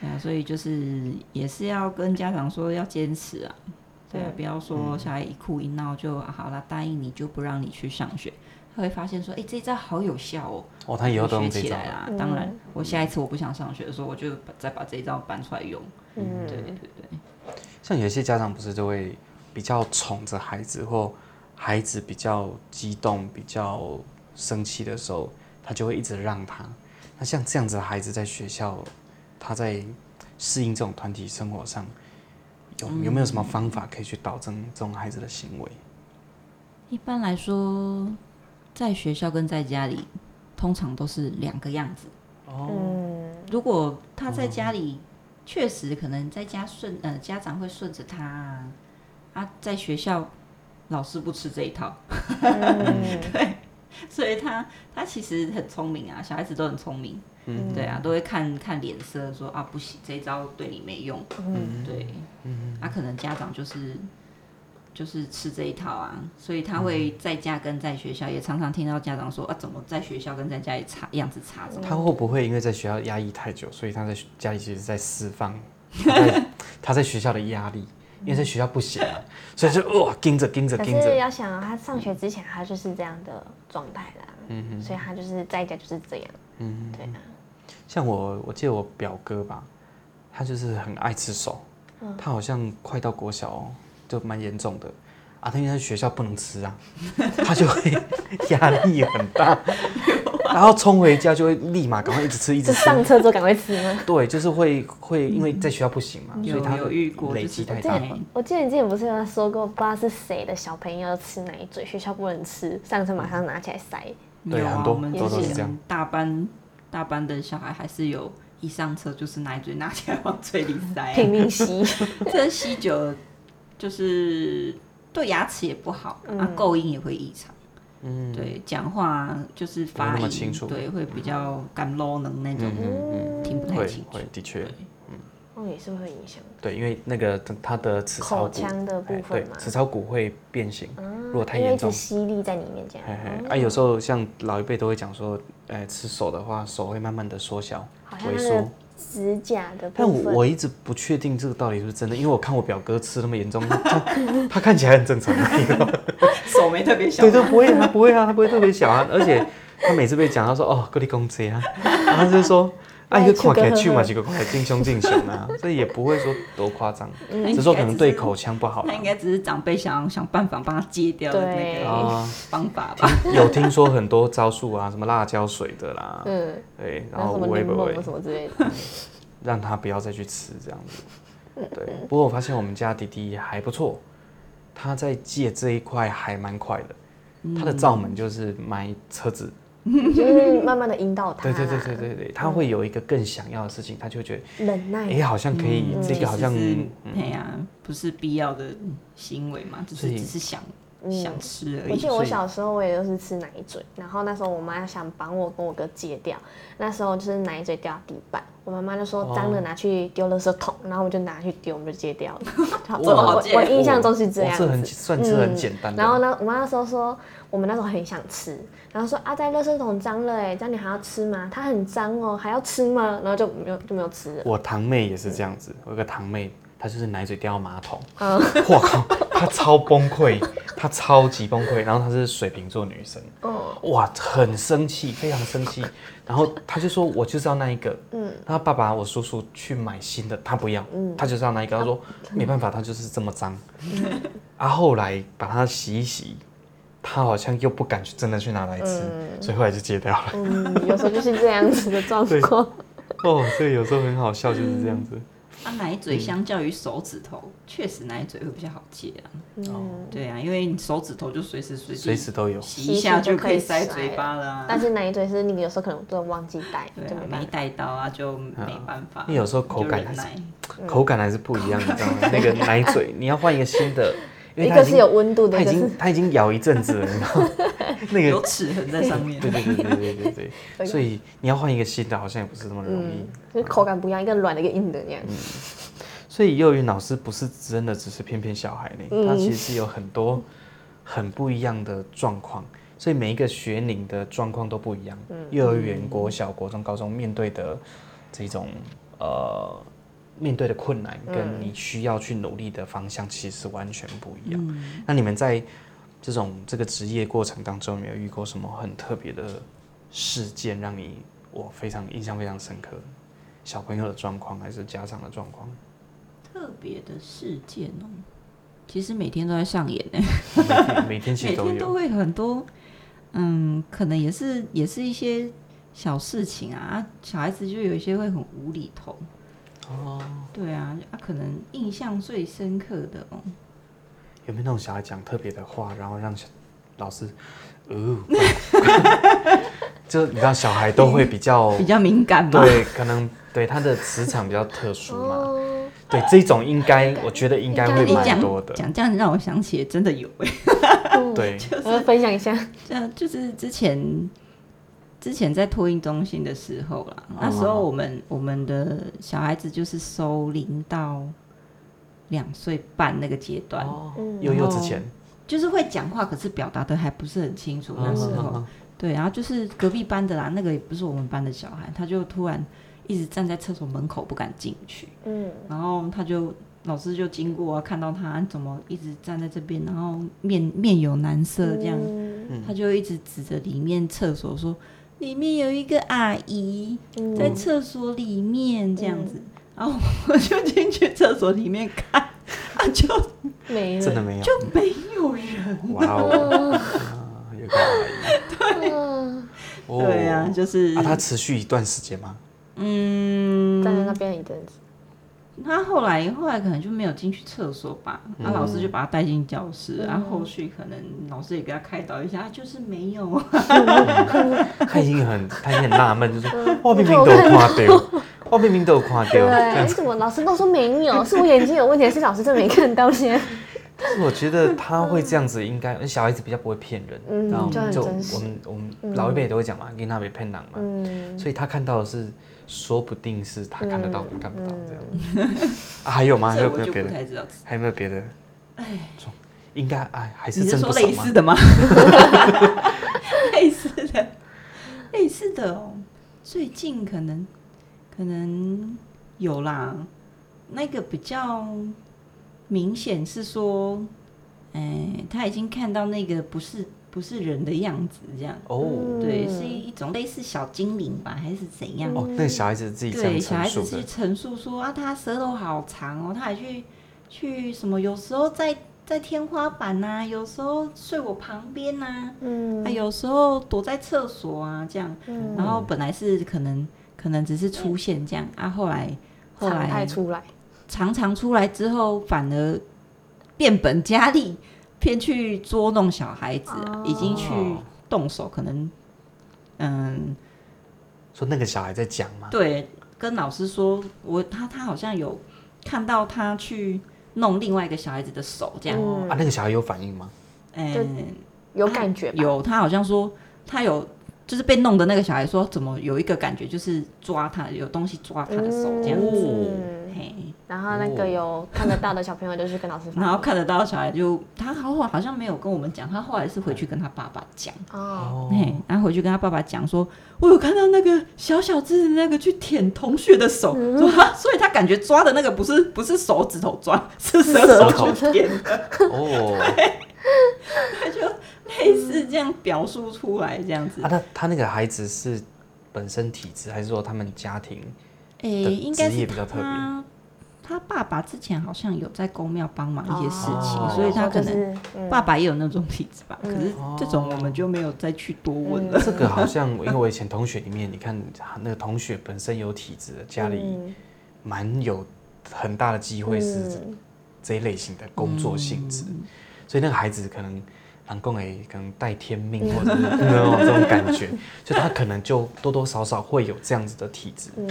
[SPEAKER 3] 对啊，所以就是也是要跟家长说要坚持啊，对啊，不要
[SPEAKER 1] 嗯
[SPEAKER 3] 说小孩一哭一闹就、啊好啦，答应你就不让你去上学，他会发现说，哎、这一招好有效哦，
[SPEAKER 1] 哦，他以后都
[SPEAKER 3] 学
[SPEAKER 1] 用这
[SPEAKER 3] 起
[SPEAKER 1] 招
[SPEAKER 3] 来
[SPEAKER 1] 了，
[SPEAKER 3] 啦。当
[SPEAKER 2] 嗯
[SPEAKER 3] 然，我下一次我不想上学的时候，我就把再把这一招搬出来用。
[SPEAKER 2] 嗯，
[SPEAKER 3] 对对对，
[SPEAKER 1] 像有些家长不是就会比较宠着孩子，或孩子比较激动、比较生气的时候，他就会一直让他。那像这样子的孩子在学校，他在适应这种团体生活上，有有没有什么方法可以去导正这种孩子的行为？
[SPEAKER 3] 一般来说，在学校跟在家里通常都是两个样子。
[SPEAKER 2] 嗯，
[SPEAKER 3] 如果他在家里，确实可能在家顺呃家长会顺着他啊，啊在学校老师不吃这一套，
[SPEAKER 2] 嗯
[SPEAKER 3] 所以他他其实很聪明啊，小孩子都很聪明，
[SPEAKER 2] 嗯
[SPEAKER 3] 对啊，都会看看脸色说啊不行，这一招对你没用，
[SPEAKER 2] 嗯
[SPEAKER 3] 对，他、可能家长就是就是吃这一套啊，所以他
[SPEAKER 2] 嗯
[SPEAKER 3] 会在家跟在学校也常常听到家长说啊，怎么在学校跟在家里差样子差
[SPEAKER 2] 嗯
[SPEAKER 3] 这么多
[SPEAKER 1] 他会不会因为在学校压抑太久，所以他在学家里其实在释放他在 他在学校的压力？因为在学校不行 啊，所以就哇盯着盯着
[SPEAKER 2] 可
[SPEAKER 1] 盯
[SPEAKER 2] 是
[SPEAKER 1] 着，
[SPEAKER 2] 要想啊，他上学之前他就是这样的状态啦，所以他就是在家就是这样，嗯，对啊，
[SPEAKER 1] 像我，我记得我表哥吧，他就是很爱吃手，
[SPEAKER 2] 嗯
[SPEAKER 1] 他好像快到国小、哦、就蛮严重的啊。他因为在学校不能吃啊，他就会压力很 大，然后冲回家就会立马赶快一直吃一直
[SPEAKER 2] 是
[SPEAKER 1] 吃。
[SPEAKER 2] 上车之后赶快吃吗？
[SPEAKER 1] 对，就是会会因为在学校不行嘛，
[SPEAKER 2] 嗯
[SPEAKER 1] 所以
[SPEAKER 3] 有
[SPEAKER 1] 他
[SPEAKER 3] 有遇过
[SPEAKER 1] 累
[SPEAKER 3] 就
[SPEAKER 1] 积
[SPEAKER 3] 是
[SPEAKER 1] 太
[SPEAKER 3] 这
[SPEAKER 1] 大。
[SPEAKER 3] 样
[SPEAKER 2] 我记得你之前不是有说过，不知道是谁的小朋友吃奶嘴，学校不能吃，上车马上拿起来塞。
[SPEAKER 1] 对
[SPEAKER 3] 有啊
[SPEAKER 1] 很多
[SPEAKER 3] 我们
[SPEAKER 1] 很
[SPEAKER 2] 多都是
[SPEAKER 3] 之
[SPEAKER 1] 这样
[SPEAKER 3] 前大班大班的小孩还是有一上车就是奶嘴拿起来往嘴里塞、
[SPEAKER 2] 拼
[SPEAKER 3] 啊，
[SPEAKER 2] 命吸，
[SPEAKER 3] 这吸久了就是对牙齿也不好，啊，构音也会异常。嗯，对，讲话就是
[SPEAKER 1] 没
[SPEAKER 3] 发
[SPEAKER 1] 那么
[SPEAKER 3] 音，
[SPEAKER 1] 清楚
[SPEAKER 3] 对，会比较干啰能那种，听不太
[SPEAKER 1] 会
[SPEAKER 3] 清楚
[SPEAKER 1] 会。的确，
[SPEAKER 2] 哦，也是会有影响的。
[SPEAKER 1] 对，因为那个它的齿槽
[SPEAKER 2] 口
[SPEAKER 1] 骨
[SPEAKER 2] 腔的部
[SPEAKER 1] 哎
[SPEAKER 2] 分
[SPEAKER 1] 对，
[SPEAKER 2] 嘛啊
[SPEAKER 1] 齿槽骨会变形，如果太
[SPEAKER 2] 因为
[SPEAKER 1] 严
[SPEAKER 2] 一直
[SPEAKER 1] 重，
[SPEAKER 2] 吸哦力在里面这样
[SPEAKER 1] 嘿。嘿，啊，有呃时候像老一辈都会讲说，哎，吃手的话，手会慢慢的缩小
[SPEAKER 2] 好、像
[SPEAKER 1] 萎
[SPEAKER 2] 那
[SPEAKER 1] 缩
[SPEAKER 2] 个，指甲的
[SPEAKER 1] 但
[SPEAKER 2] 部
[SPEAKER 1] 我
[SPEAKER 2] 分。
[SPEAKER 1] 我一直不确定这个到底是不是真的，因为我看我表哥吃那么严重，他他看起来很 正常，
[SPEAKER 3] 手没特别小
[SPEAKER 1] 对，对，不会啊，不会啊，他不会特别小啊，而且他每次被讲，他说哦，各地公车啊，然后他就说啊，
[SPEAKER 2] 哎
[SPEAKER 1] 一个看起来去嘛，几个看起来进胸进胸啊，所以也不会说多夸张，
[SPEAKER 3] 嗯
[SPEAKER 1] 只是说可能对口腔不好
[SPEAKER 3] 那
[SPEAKER 1] 啦
[SPEAKER 3] 应该只是长辈想想办法帮他戒掉的那
[SPEAKER 2] 对
[SPEAKER 3] 个
[SPEAKER 1] 啊。
[SPEAKER 3] 方法吧。
[SPEAKER 1] 有听说很多招数啊，什么辣椒水的啦，
[SPEAKER 2] 嗯，
[SPEAKER 1] 对，然
[SPEAKER 2] 然
[SPEAKER 1] 后
[SPEAKER 2] 后什
[SPEAKER 1] 无
[SPEAKER 2] 么
[SPEAKER 1] 微
[SPEAKER 2] 柠
[SPEAKER 1] 不微
[SPEAKER 2] 檬，什么之类的，
[SPEAKER 1] 让他不要再去吃这样 子。对，不过我发现我们家弟弟还不错，他在戒这一块还蛮快的。
[SPEAKER 3] 嗯
[SPEAKER 1] 他的罩门就是买车子，
[SPEAKER 2] 就是慢慢的引导他
[SPEAKER 1] 对
[SPEAKER 2] 啦，
[SPEAKER 3] 啊
[SPEAKER 1] 对对对对
[SPEAKER 3] 嗯
[SPEAKER 1] 对，他会有一个更想要的事情，他就会觉得，
[SPEAKER 2] 忍耐
[SPEAKER 1] 哎、，好像可以，这个好像，
[SPEAKER 3] 嗯
[SPEAKER 1] 嗯
[SPEAKER 3] 其实是哎呀，不是必要的行为嘛，就是
[SPEAKER 1] 所以
[SPEAKER 3] 只是想
[SPEAKER 2] 嗯
[SPEAKER 3] 想吃而
[SPEAKER 2] 我
[SPEAKER 3] 已
[SPEAKER 2] 记。得我
[SPEAKER 1] 所以
[SPEAKER 2] 小时候我也都是吃奶嘴，然后那时候我妈想帮我跟我哥戒掉，那时候就是奶嘴掉到地板，我妈妈就说脏的拿去丢垃圾桶，然后我们就拿去丢，我们就戒 掉了。我
[SPEAKER 3] 好
[SPEAKER 2] 我
[SPEAKER 3] 贱
[SPEAKER 2] 我印象中是这
[SPEAKER 1] 哇
[SPEAKER 2] 样
[SPEAKER 1] 这很
[SPEAKER 2] 子。嗯
[SPEAKER 1] 算是很简单的。
[SPEAKER 2] 然后呢，我妈那时候说，我们那时候很想吃，然后说啊，在垃圾桶脏了哎，这样你还要吃吗？它很脏哦，还要吃吗？然后就没有就没有吃了。
[SPEAKER 1] 我堂妹也是这样子，我有个堂妹，她就是奶嘴掉到马桶，
[SPEAKER 2] 嗯
[SPEAKER 1] 我靠，她超崩溃，她超级崩溃。然后她是水瓶座女生，
[SPEAKER 2] 哦，
[SPEAKER 1] 哇，很生气，非常生气。然后她就说：“我就是要那一个。”嗯
[SPEAKER 2] 嗯，
[SPEAKER 1] 她爸爸我叔叔去买新的，她不要，她就是要那一个。她说
[SPEAKER 2] 嗯
[SPEAKER 1] 没办法，她就是这么脏。啊，后来把它洗一洗，她好像又不敢去真的去拿来吃，所以后来就戒掉了。
[SPEAKER 2] 嗯， 有时候就是这样子的状
[SPEAKER 1] 对
[SPEAKER 2] 况。
[SPEAKER 1] 哦，所以有时候很好笑，就是这样子。
[SPEAKER 2] 嗯
[SPEAKER 3] 啊，奶
[SPEAKER 1] 嗯
[SPEAKER 3] 嘴相较于手指头，确实奶嘴会比较好戒啊。
[SPEAKER 2] 嗯，
[SPEAKER 3] 对啊，因为你手指头就随时随地
[SPEAKER 1] 随时都有。
[SPEAKER 3] 洗一下就可以塞嘴巴了啊。
[SPEAKER 2] 但是奶嘴是你有时候可能都忘记带，
[SPEAKER 3] 对
[SPEAKER 2] 就
[SPEAKER 3] 啊
[SPEAKER 2] 没，办
[SPEAKER 3] 没
[SPEAKER 2] 法。
[SPEAKER 3] 带到啊，就没办法。
[SPEAKER 1] 哎因为有时候口感
[SPEAKER 3] 就
[SPEAKER 1] 还
[SPEAKER 3] 忍
[SPEAKER 1] 是
[SPEAKER 3] 耐
[SPEAKER 1] 口感还是不一样，你知道吗？那个奶 嘴，你要换一个新的，因为
[SPEAKER 2] 一
[SPEAKER 1] 它
[SPEAKER 2] 个
[SPEAKER 1] 已
[SPEAKER 2] 是
[SPEAKER 1] 经
[SPEAKER 2] 有温度的，
[SPEAKER 1] 它已
[SPEAKER 2] 一个是
[SPEAKER 1] 经它已经咬一阵子了，你知道 吗？那
[SPEAKER 3] 有
[SPEAKER 1] 个
[SPEAKER 3] 齿痕在上 面。
[SPEAKER 1] 对对对对对对对对， 所以你要换一个新的，好像也不是那么容易。
[SPEAKER 2] 就是口感不一样，一个软的，一个硬的那样。
[SPEAKER 1] 所以幼儿园老师不是真的只是骗骗小孩呢，他其实有很多很不一样的状况，所以每一个学龄的状况都不一样。幼儿园、国小、国中、高中面对的这种呃面对的困难，跟你需要去努力的方向其实完全不一样。那你们在这种这个职业过程当中，有没有遇过什么很特别的事件，让你我非常印象非常深刻？小朋友的状况还是家长的状况？
[SPEAKER 3] 特别的事件哦，其实每天都在上演呢，
[SPEAKER 1] 每天其
[SPEAKER 3] 每
[SPEAKER 1] 实都
[SPEAKER 3] 天都
[SPEAKER 1] 有。
[SPEAKER 3] 会很多，嗯，可能也是也是一些小事情啊啊，小孩子就有一些会很无厘头。哦，对啊，啊，可能印象最深刻的哦，
[SPEAKER 1] 有没有那种小孩讲特别的话，然后让小老师， 哦，就你知道小孩都会比较
[SPEAKER 3] 比较敏感吧，
[SPEAKER 1] 哦对，可能对他的磁场比较特殊嘛。
[SPEAKER 2] 哦，
[SPEAKER 1] 对，这种应该我觉得应该会
[SPEAKER 3] 你
[SPEAKER 1] 蛮
[SPEAKER 3] 讲
[SPEAKER 1] 多的。
[SPEAKER 3] 讲这样让我想起，真的有哎、
[SPEAKER 1] 对，
[SPEAKER 2] 我要嗯分享一下。
[SPEAKER 3] 这样就是之前之前在托运中心的时候啦，
[SPEAKER 1] 哦
[SPEAKER 3] 那时候我们我们的小孩子就是收零到两岁半那个阶段，
[SPEAKER 1] 哦
[SPEAKER 2] 嗯
[SPEAKER 1] 悠悠之前，
[SPEAKER 3] 就是会讲话，可是表达的还不是很清楚。那
[SPEAKER 1] 嗯
[SPEAKER 3] 时
[SPEAKER 1] 嗯
[SPEAKER 3] 候，
[SPEAKER 1] 嗯
[SPEAKER 3] 对，然后就是隔壁班的啦，那个也不是我们班的小孩，他就突然一直站在厕所门口不敢进去，
[SPEAKER 2] 嗯，
[SPEAKER 3] 然后他就。老师就经过啊，看到他怎么一直站在这边，然后面面有难色这样，
[SPEAKER 2] 嗯
[SPEAKER 3] 他就一直指着里面厕所说：“里面有一个阿姨
[SPEAKER 2] 嗯
[SPEAKER 3] 在厕所里面这样子。然后我就进去厕所里面看，啊，就
[SPEAKER 2] 没
[SPEAKER 1] 嗯
[SPEAKER 2] 了。
[SPEAKER 1] 真的没有。
[SPEAKER 3] 就没有人。
[SPEAKER 1] 哇哦， 啊有个阿姨
[SPEAKER 2] 嗯，
[SPEAKER 1] 哦
[SPEAKER 3] 对呀、啊，就是、
[SPEAKER 1] 啊，他持续一段时间吗？
[SPEAKER 3] 嗯，
[SPEAKER 2] 站在那边一阵子。
[SPEAKER 3] 他后来后来可能就没有进去厕所吧，
[SPEAKER 1] 嗯
[SPEAKER 3] 那、老师就把他带进教室，然、后后续可能老师也给他开导一下，啊就是没有啊
[SPEAKER 1] 他已经很，他已经很纳闷，就是 我明明都有看到，我明明都有看到，
[SPEAKER 3] 啊
[SPEAKER 1] 这样
[SPEAKER 2] 对，啊为什么老师都说没有？是我眼睛有问题，还是老师真的没看到先？
[SPEAKER 1] 我觉得他会这样子，应该小孩子比较不会骗人，
[SPEAKER 2] 嗯
[SPEAKER 1] 然后
[SPEAKER 2] 就很
[SPEAKER 1] 就
[SPEAKER 2] 真实
[SPEAKER 1] 我们我们老一辈也都会讲嘛，你那别骗人嘛，
[SPEAKER 2] 嗯，
[SPEAKER 1] 所以他看到的是，说不定是他看得到，我看不到这样。
[SPEAKER 2] 嗯
[SPEAKER 1] 啊还 有吗？还
[SPEAKER 3] 所以
[SPEAKER 1] 有
[SPEAKER 3] 我
[SPEAKER 1] 没有
[SPEAKER 3] 就
[SPEAKER 1] 别
[SPEAKER 3] 不
[SPEAKER 1] 的？
[SPEAKER 3] 太知道。
[SPEAKER 1] 还有没有别的？中应该哎，还是
[SPEAKER 3] 你是
[SPEAKER 1] 真
[SPEAKER 3] 说
[SPEAKER 1] 不少
[SPEAKER 3] 类
[SPEAKER 1] 嘛
[SPEAKER 3] 似。的吗？ 类似的，类似的哦。最近可能可能有啦。那个比较明显是说，哎、他已经看到那个不是不是人的样子，这样。
[SPEAKER 1] 哦
[SPEAKER 3] 对，
[SPEAKER 2] 嗯
[SPEAKER 3] 是一种类似小精灵吧，还是怎样？
[SPEAKER 1] 哦，那小孩子自己这
[SPEAKER 3] 对，
[SPEAKER 1] 样
[SPEAKER 3] 小
[SPEAKER 1] 陈
[SPEAKER 3] 孩子
[SPEAKER 1] 述
[SPEAKER 3] 去
[SPEAKER 1] 的，
[SPEAKER 3] 陈述说啊，他舌头好长哦，他还去去什么，有时候在在天花板呐、有时候睡我旁边呐、
[SPEAKER 2] 嗯
[SPEAKER 3] 啊，有时候躲在厕所啊这样。
[SPEAKER 2] 嗯，
[SPEAKER 3] 然后本来是可能可能只是出现这样啊，后来后
[SPEAKER 2] 常态
[SPEAKER 3] 来
[SPEAKER 2] 出来，
[SPEAKER 3] 常常出来之后，反而变本加厉，偏去捉弄小孩子啊、
[SPEAKER 2] 哦
[SPEAKER 3] 已经去
[SPEAKER 1] 哦
[SPEAKER 3] 动手，可能嗯
[SPEAKER 1] 说那个小孩在讲吗？
[SPEAKER 3] 对，跟老师说，我他他好像有看到他去弄另外一个小孩子的手，这样，
[SPEAKER 1] 哦，啊，那个小孩有反应吗？
[SPEAKER 3] 嗯、
[SPEAKER 2] 就有感觉吧？
[SPEAKER 3] 有他好像说他有就是被弄的那个小孩说，怎么有一个感觉就是抓他有东西抓他的手这样子，
[SPEAKER 2] 嗯，
[SPEAKER 3] 嘿，
[SPEAKER 2] 然后那个有看得到的小朋友就是跟老师
[SPEAKER 3] 嗯然后
[SPEAKER 2] 发
[SPEAKER 3] 看得到小孩就他好好像没有跟我们讲，他后来是回去跟他爸爸讲。
[SPEAKER 2] 哦，
[SPEAKER 1] 哦，
[SPEAKER 3] 嘿，然后回去跟他爸爸讲说，我有看到那个小小只的那个去舔同学的手，说他，所以他感觉抓的那个不是不是手指头抓，是舌
[SPEAKER 1] 舌
[SPEAKER 3] 头
[SPEAKER 1] 头
[SPEAKER 3] 去舔的，
[SPEAKER 1] 哦，啊，
[SPEAKER 3] 类似这样表述出来这样子。
[SPEAKER 1] 他啊他那个孩子是本身体质，还是说他们家庭？
[SPEAKER 3] 诶、
[SPEAKER 1] 的
[SPEAKER 3] 应该
[SPEAKER 1] 职
[SPEAKER 3] 是
[SPEAKER 1] 业比较特别
[SPEAKER 3] 他他爸爸之前好像有在公庙帮忙一些事情，
[SPEAKER 1] 哦
[SPEAKER 3] 所以他可
[SPEAKER 2] 就
[SPEAKER 3] 能
[SPEAKER 2] 是嗯
[SPEAKER 3] 爸爸也有那种体质吧。
[SPEAKER 2] 嗯
[SPEAKER 3] 可是这种我们就没有再去多问 了。
[SPEAKER 1] 这个好像，因为我以前同学里面，你看啊那个同学本身有体质的，家里
[SPEAKER 2] 嗯
[SPEAKER 1] 蛮有很大的机会是
[SPEAKER 2] 嗯
[SPEAKER 1] 这一类型的工作性质，所以那个孩子可能狼共诶，可能带天命
[SPEAKER 2] 嗯
[SPEAKER 1] 或者是那种这种感 觉，所以他可能就多多少少会有这样子的体质。
[SPEAKER 2] 嗯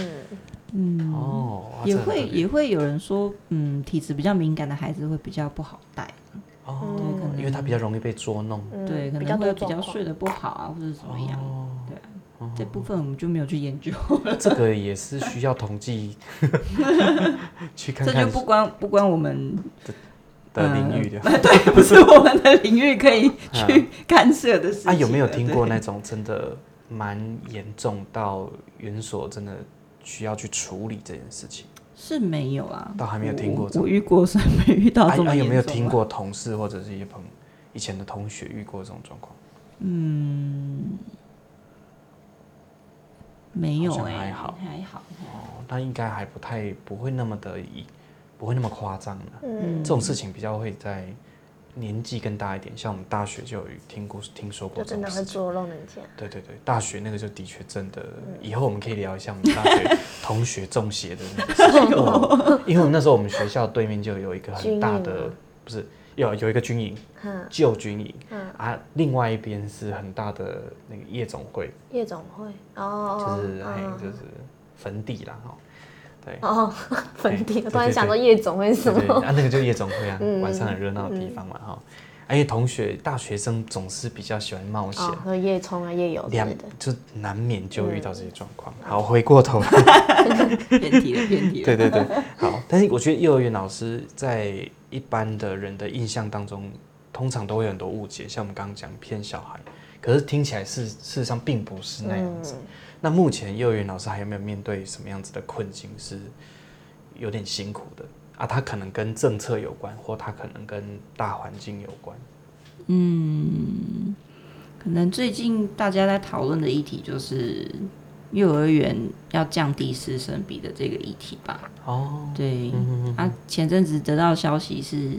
[SPEAKER 3] 嗯
[SPEAKER 1] 哦，哇
[SPEAKER 3] 也
[SPEAKER 1] 这很
[SPEAKER 3] 会
[SPEAKER 1] 特别
[SPEAKER 3] 也会有人说，嗯，体质比较敏感的孩子会比较不好带，对可
[SPEAKER 1] 哦，
[SPEAKER 3] 能
[SPEAKER 1] 因为他比较容易被捉弄。
[SPEAKER 2] 嗯
[SPEAKER 3] 对，可
[SPEAKER 2] 比
[SPEAKER 3] 能
[SPEAKER 2] 较
[SPEAKER 3] 会
[SPEAKER 2] 多
[SPEAKER 3] 比较
[SPEAKER 2] 状况
[SPEAKER 3] 睡得不好啊，或者怎么样。
[SPEAKER 1] 哦，
[SPEAKER 3] 对 这部分我们就没有去研究，
[SPEAKER 1] 这个也是需要统计 去看
[SPEAKER 3] 这就
[SPEAKER 1] 看
[SPEAKER 3] 不关不关我们
[SPEAKER 1] 的领域的。嗯
[SPEAKER 3] 呃 对，不是我们的领域可 以去 干涉的事情。
[SPEAKER 1] 啊，有没有听过
[SPEAKER 3] 对？
[SPEAKER 1] 那种真的蛮严重到园所真的需要去处理这件事情？
[SPEAKER 3] 是没有啊，
[SPEAKER 1] 倒还没有听
[SPEAKER 3] 我
[SPEAKER 1] 过这
[SPEAKER 3] 我遇过是没遇到
[SPEAKER 1] 啊
[SPEAKER 3] 这么、
[SPEAKER 1] 啊，有没有听？过同事或者是一些朋友以前的同学遇过这种状况？
[SPEAKER 3] 没有
[SPEAKER 1] 好像
[SPEAKER 3] 哎、
[SPEAKER 1] 还好
[SPEAKER 3] 还好。
[SPEAKER 1] 哦，那应该还不太不会那么的以不会那么夸张的。
[SPEAKER 2] 嗯
[SPEAKER 1] 这种事情比较会在年纪更大一点，像我们大学就有听过听说过
[SPEAKER 2] 就
[SPEAKER 1] 这
[SPEAKER 2] 真
[SPEAKER 1] 种
[SPEAKER 2] 的
[SPEAKER 1] 事
[SPEAKER 2] 会
[SPEAKER 1] 情。
[SPEAKER 2] 捉弄人家。
[SPEAKER 1] 对对对，大学那个就的确真的，以后我们可以聊一下我们大学同学中邪的那个事情， 哦因为我们那时候我们学校对面就有一个很大
[SPEAKER 2] 军营
[SPEAKER 1] 的
[SPEAKER 2] 吗，
[SPEAKER 1] 不是有有一个军营，
[SPEAKER 2] 嗯，
[SPEAKER 1] 旧军营
[SPEAKER 2] 嗯
[SPEAKER 1] 啊，另外一边是很大的那个夜总会，
[SPEAKER 2] 夜总会哦，
[SPEAKER 1] 就是
[SPEAKER 2] 哦
[SPEAKER 1] 哎
[SPEAKER 2] 哦
[SPEAKER 1] 就是坟地啦哈，对
[SPEAKER 2] 哦 哦，粉底，
[SPEAKER 1] 哎对
[SPEAKER 2] 我突然
[SPEAKER 1] 对
[SPEAKER 2] 想
[SPEAKER 1] 对
[SPEAKER 2] 说夜总会是什
[SPEAKER 1] 对对，
[SPEAKER 2] 么？
[SPEAKER 1] 啊那个就夜总会啊，晚上很热闹的地方嘛哈，啊因为同学大学生总是比较喜欢冒险
[SPEAKER 2] 哦，，和夜冲啊、夜游之
[SPEAKER 1] 两
[SPEAKER 2] 类的。
[SPEAKER 1] 就难免就遇到这些状况。好，回过头来。
[SPEAKER 3] 偏题了，偏题 了。
[SPEAKER 1] 对对对，好。但是我觉得幼儿园老师在一般的人的印象当中，通常都会有很多误解，像我们刚刚讲骗小孩，可是听起来事事实上并不是那样子。那目前幼儿园老师还有没有面对什么样子的困境是有点辛苦的啊？他可能跟政策有关，或他可能跟大环境有关。
[SPEAKER 3] 可能最近大家在讨论的议题就是幼儿园要降低师生比的这个议题吧。
[SPEAKER 1] 哦，
[SPEAKER 3] 对，啊，前阵子得到消息是，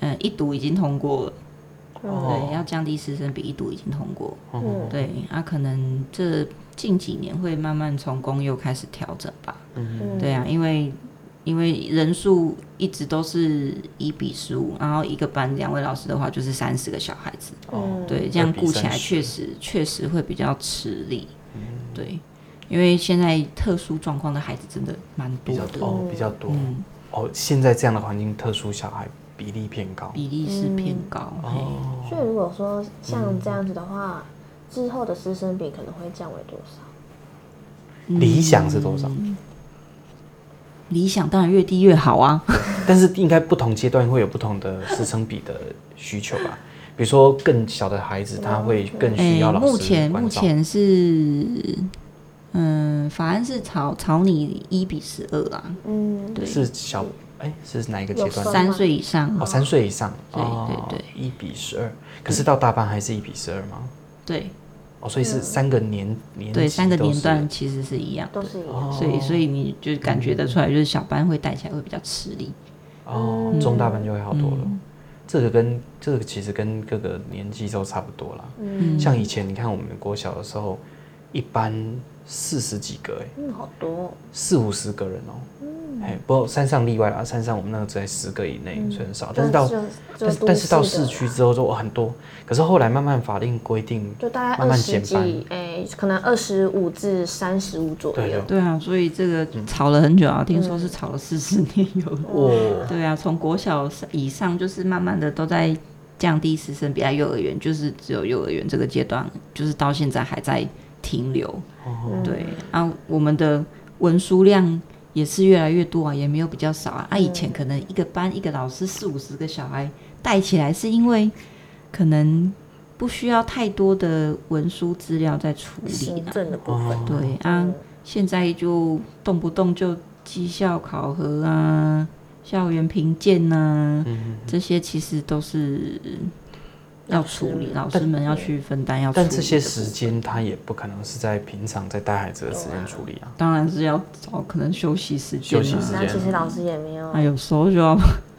[SPEAKER 3] 嗯，一读已经通过了，
[SPEAKER 1] 哦
[SPEAKER 3] 对，要降低师生比，一读已经通过。
[SPEAKER 2] 嗯
[SPEAKER 3] 对，啊，可能这近几年会慢慢从公幼开始调整吧。
[SPEAKER 2] 嗯，
[SPEAKER 3] 对
[SPEAKER 1] 哦
[SPEAKER 3] 啊，因为因为人数一直都是一比十五，然后一个班两位老师的话就是三十个小孩子。
[SPEAKER 1] 哦，
[SPEAKER 3] 对，这样
[SPEAKER 1] 比
[SPEAKER 3] 顾起来
[SPEAKER 1] 30
[SPEAKER 3] 确实确实会比较吃力。
[SPEAKER 1] 嗯
[SPEAKER 3] 对，因为现在特殊状况的孩子真的蛮
[SPEAKER 1] 比
[SPEAKER 3] 多
[SPEAKER 1] 较
[SPEAKER 3] 的，
[SPEAKER 1] 哦比较多、
[SPEAKER 3] 嗯，
[SPEAKER 1] 哦。现在这样的环境，特殊小孩比例偏高。
[SPEAKER 3] 比例是
[SPEAKER 2] 嗯
[SPEAKER 3] 偏高。嘿
[SPEAKER 1] 哦，
[SPEAKER 2] 所以如果说像这样子的话，之后的师生比可能会降为多少？
[SPEAKER 1] 理想是多少？
[SPEAKER 3] 嗯理想当然越低越好啊。
[SPEAKER 1] 但是应该不同阶段会有不同的师生比的需求吧？比如说
[SPEAKER 3] 哦
[SPEAKER 1] 更小的孩子，他会更需要老师
[SPEAKER 3] 哎目前
[SPEAKER 1] 关
[SPEAKER 3] 目
[SPEAKER 1] 照。
[SPEAKER 3] 前是，嗯，法案是朝朝你一比十二啦，
[SPEAKER 2] 嗯，
[SPEAKER 3] 对，
[SPEAKER 1] 是小哎、是哪一个
[SPEAKER 2] 有
[SPEAKER 1] 阶段？
[SPEAKER 2] 分
[SPEAKER 3] 三岁以上，
[SPEAKER 1] 哦，三岁以上，
[SPEAKER 3] 对
[SPEAKER 1] 哦
[SPEAKER 3] 对，
[SPEAKER 1] 一比十二。可是到大班还是一比十二吗？
[SPEAKER 3] 对
[SPEAKER 1] 哦，所以是三个年年
[SPEAKER 3] 对，
[SPEAKER 1] 级
[SPEAKER 3] 三个
[SPEAKER 1] 都
[SPEAKER 3] 年
[SPEAKER 1] 是
[SPEAKER 3] 段其实是一样
[SPEAKER 2] 都
[SPEAKER 3] 的，
[SPEAKER 2] 是一样。
[SPEAKER 1] 哦，
[SPEAKER 3] 所以所以你就感觉得出来，就是小班会带起来会比较吃力，
[SPEAKER 1] 哦，中大班就会好多了。
[SPEAKER 3] 嗯
[SPEAKER 1] 这个跟这个其实跟各个年纪都差不多啦。
[SPEAKER 2] 嗯，
[SPEAKER 1] 像以前你看我们国小的时候，一班四十几个、哎，
[SPEAKER 2] 嗯，好多
[SPEAKER 1] 四五十个人哦、
[SPEAKER 2] 嗯
[SPEAKER 1] 哎、不过山上例外啦，山上我们那个只在十个以内，所以很少。哦但是到
[SPEAKER 2] 就嗯就
[SPEAKER 1] 但是
[SPEAKER 2] 都
[SPEAKER 1] 但是到
[SPEAKER 2] 市
[SPEAKER 1] 市
[SPEAKER 2] 的
[SPEAKER 1] 区之后就哇很多，可是后来慢慢法令规定，
[SPEAKER 2] 就大概
[SPEAKER 1] 慢
[SPEAKER 2] 二
[SPEAKER 1] 慢
[SPEAKER 2] 十
[SPEAKER 1] 减
[SPEAKER 2] 几，哎，可能二十五至三十五左
[SPEAKER 1] 对
[SPEAKER 2] 右
[SPEAKER 1] 对。
[SPEAKER 3] 对啊，所以这个吵了很久啊，听说是吵了四十年有了。
[SPEAKER 2] 嗯
[SPEAKER 1] 哦，
[SPEAKER 3] 对啊，从国小以上就是慢慢的都在降低师生比在幼儿园，就是只有幼儿园这个阶段，就是到现在还在停留。对啊，我们的文书量也是越来越多啊，也没有比较少啊。啊，以前可能一个班一个老师四五十个小孩带起来，是因为可能不需要太多的文书资料在处理
[SPEAKER 2] 行
[SPEAKER 3] 啦。
[SPEAKER 2] 政的部分，
[SPEAKER 3] 对啊，现在就动不动就绩效考核啊、校园评鉴呐、这些其实都是要处理，老师们要去分担，要处理
[SPEAKER 1] 但
[SPEAKER 3] 的
[SPEAKER 1] 这些
[SPEAKER 3] 部
[SPEAKER 1] 时
[SPEAKER 3] 分
[SPEAKER 1] 间他也不可能是在平常在带孩子的时间处理啊。
[SPEAKER 3] 当然是要找可能休息时间、
[SPEAKER 1] 休
[SPEAKER 3] 啊，
[SPEAKER 1] 息时间
[SPEAKER 2] 那其实老师也没有
[SPEAKER 3] 啊，有时候就要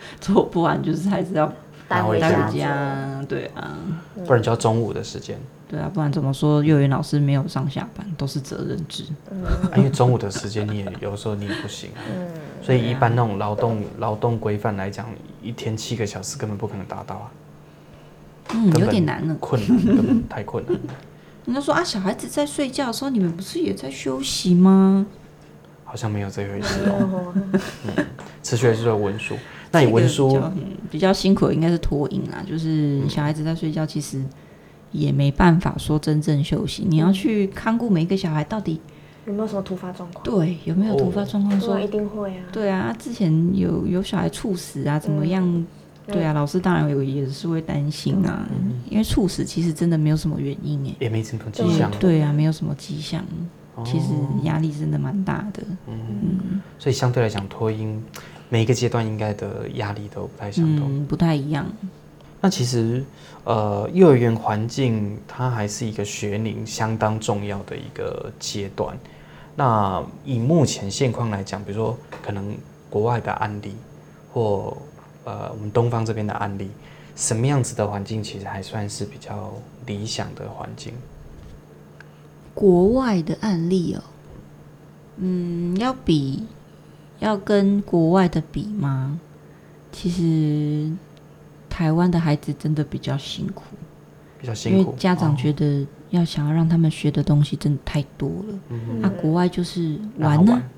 [SPEAKER 3] 做不完，就是还是要
[SPEAKER 2] 带
[SPEAKER 1] 回
[SPEAKER 2] 回
[SPEAKER 3] 带
[SPEAKER 1] 家
[SPEAKER 3] 回家啊，对啊，
[SPEAKER 2] 嗯
[SPEAKER 1] 不然就要中午的时间、
[SPEAKER 3] 对啊，不然怎么说幼儿园老师没有上下班都是责任制？
[SPEAKER 1] 啊因为中午的时间你也有时候你也不行啊。
[SPEAKER 2] 嗯
[SPEAKER 1] 所以一般那种劳动劳动规范来讲，一天七个小时根本不可能达到啊，
[SPEAKER 3] 嗯，
[SPEAKER 1] 根
[SPEAKER 3] 有
[SPEAKER 1] 本
[SPEAKER 3] 点难呢。
[SPEAKER 1] 困难，根本太困难了，
[SPEAKER 3] 人家说啊，小孩子在睡觉的时候，你们不是也在休息吗？
[SPEAKER 1] 好像没有这回事哦。嗯，持续的就是文书，那你
[SPEAKER 3] 这个
[SPEAKER 1] 文
[SPEAKER 3] 比
[SPEAKER 1] 书
[SPEAKER 3] 较,、嗯、比较辛苦，应该是托婴啦，
[SPEAKER 1] 嗯
[SPEAKER 3] 就是小孩子在睡觉，其实也没办法说真正休息。
[SPEAKER 1] 嗯
[SPEAKER 3] 你要去看顾每一个小孩，到底
[SPEAKER 2] 有没有什么突发状况？
[SPEAKER 3] 对有没有突发
[SPEAKER 1] 哦
[SPEAKER 3] 状况说？
[SPEAKER 2] 说一定会啊，
[SPEAKER 3] 对啊，之前有有小孩猝死啊，怎么样？对啊，老师当然有也是会担心啊，
[SPEAKER 1] 嗯
[SPEAKER 3] 因为猝死其实真的没有什么原因诶。
[SPEAKER 1] 也没什么迹象哦啊，
[SPEAKER 3] 对啊，没有什么迹象，其实压力真的蛮大的。
[SPEAKER 1] 嗯所以相对来讲，托婴每一个阶段应该的压力都不太相同。
[SPEAKER 3] 嗯，不太一样。
[SPEAKER 1] 那其实，呃，幼儿园环境它还是一个学龄相当重要的一个阶段。那以目前现况来讲，比如说可能国外的案例，或呃我们东方这边的案例，什么样子的环境其实还算是比较理想的环境？
[SPEAKER 3] 国外的案例哦，嗯，要比要跟国外的比吗？其实台湾的孩子真的比较辛苦，
[SPEAKER 1] 比较
[SPEAKER 3] 因
[SPEAKER 1] 辛
[SPEAKER 3] 为
[SPEAKER 1] 苦，
[SPEAKER 3] 家长
[SPEAKER 1] 哦
[SPEAKER 3] 觉得要想要让他们学的东西真的太多
[SPEAKER 1] 哦
[SPEAKER 3] 了。啊，国外就是玩
[SPEAKER 1] 让他
[SPEAKER 3] 呐、
[SPEAKER 1] 嗯玩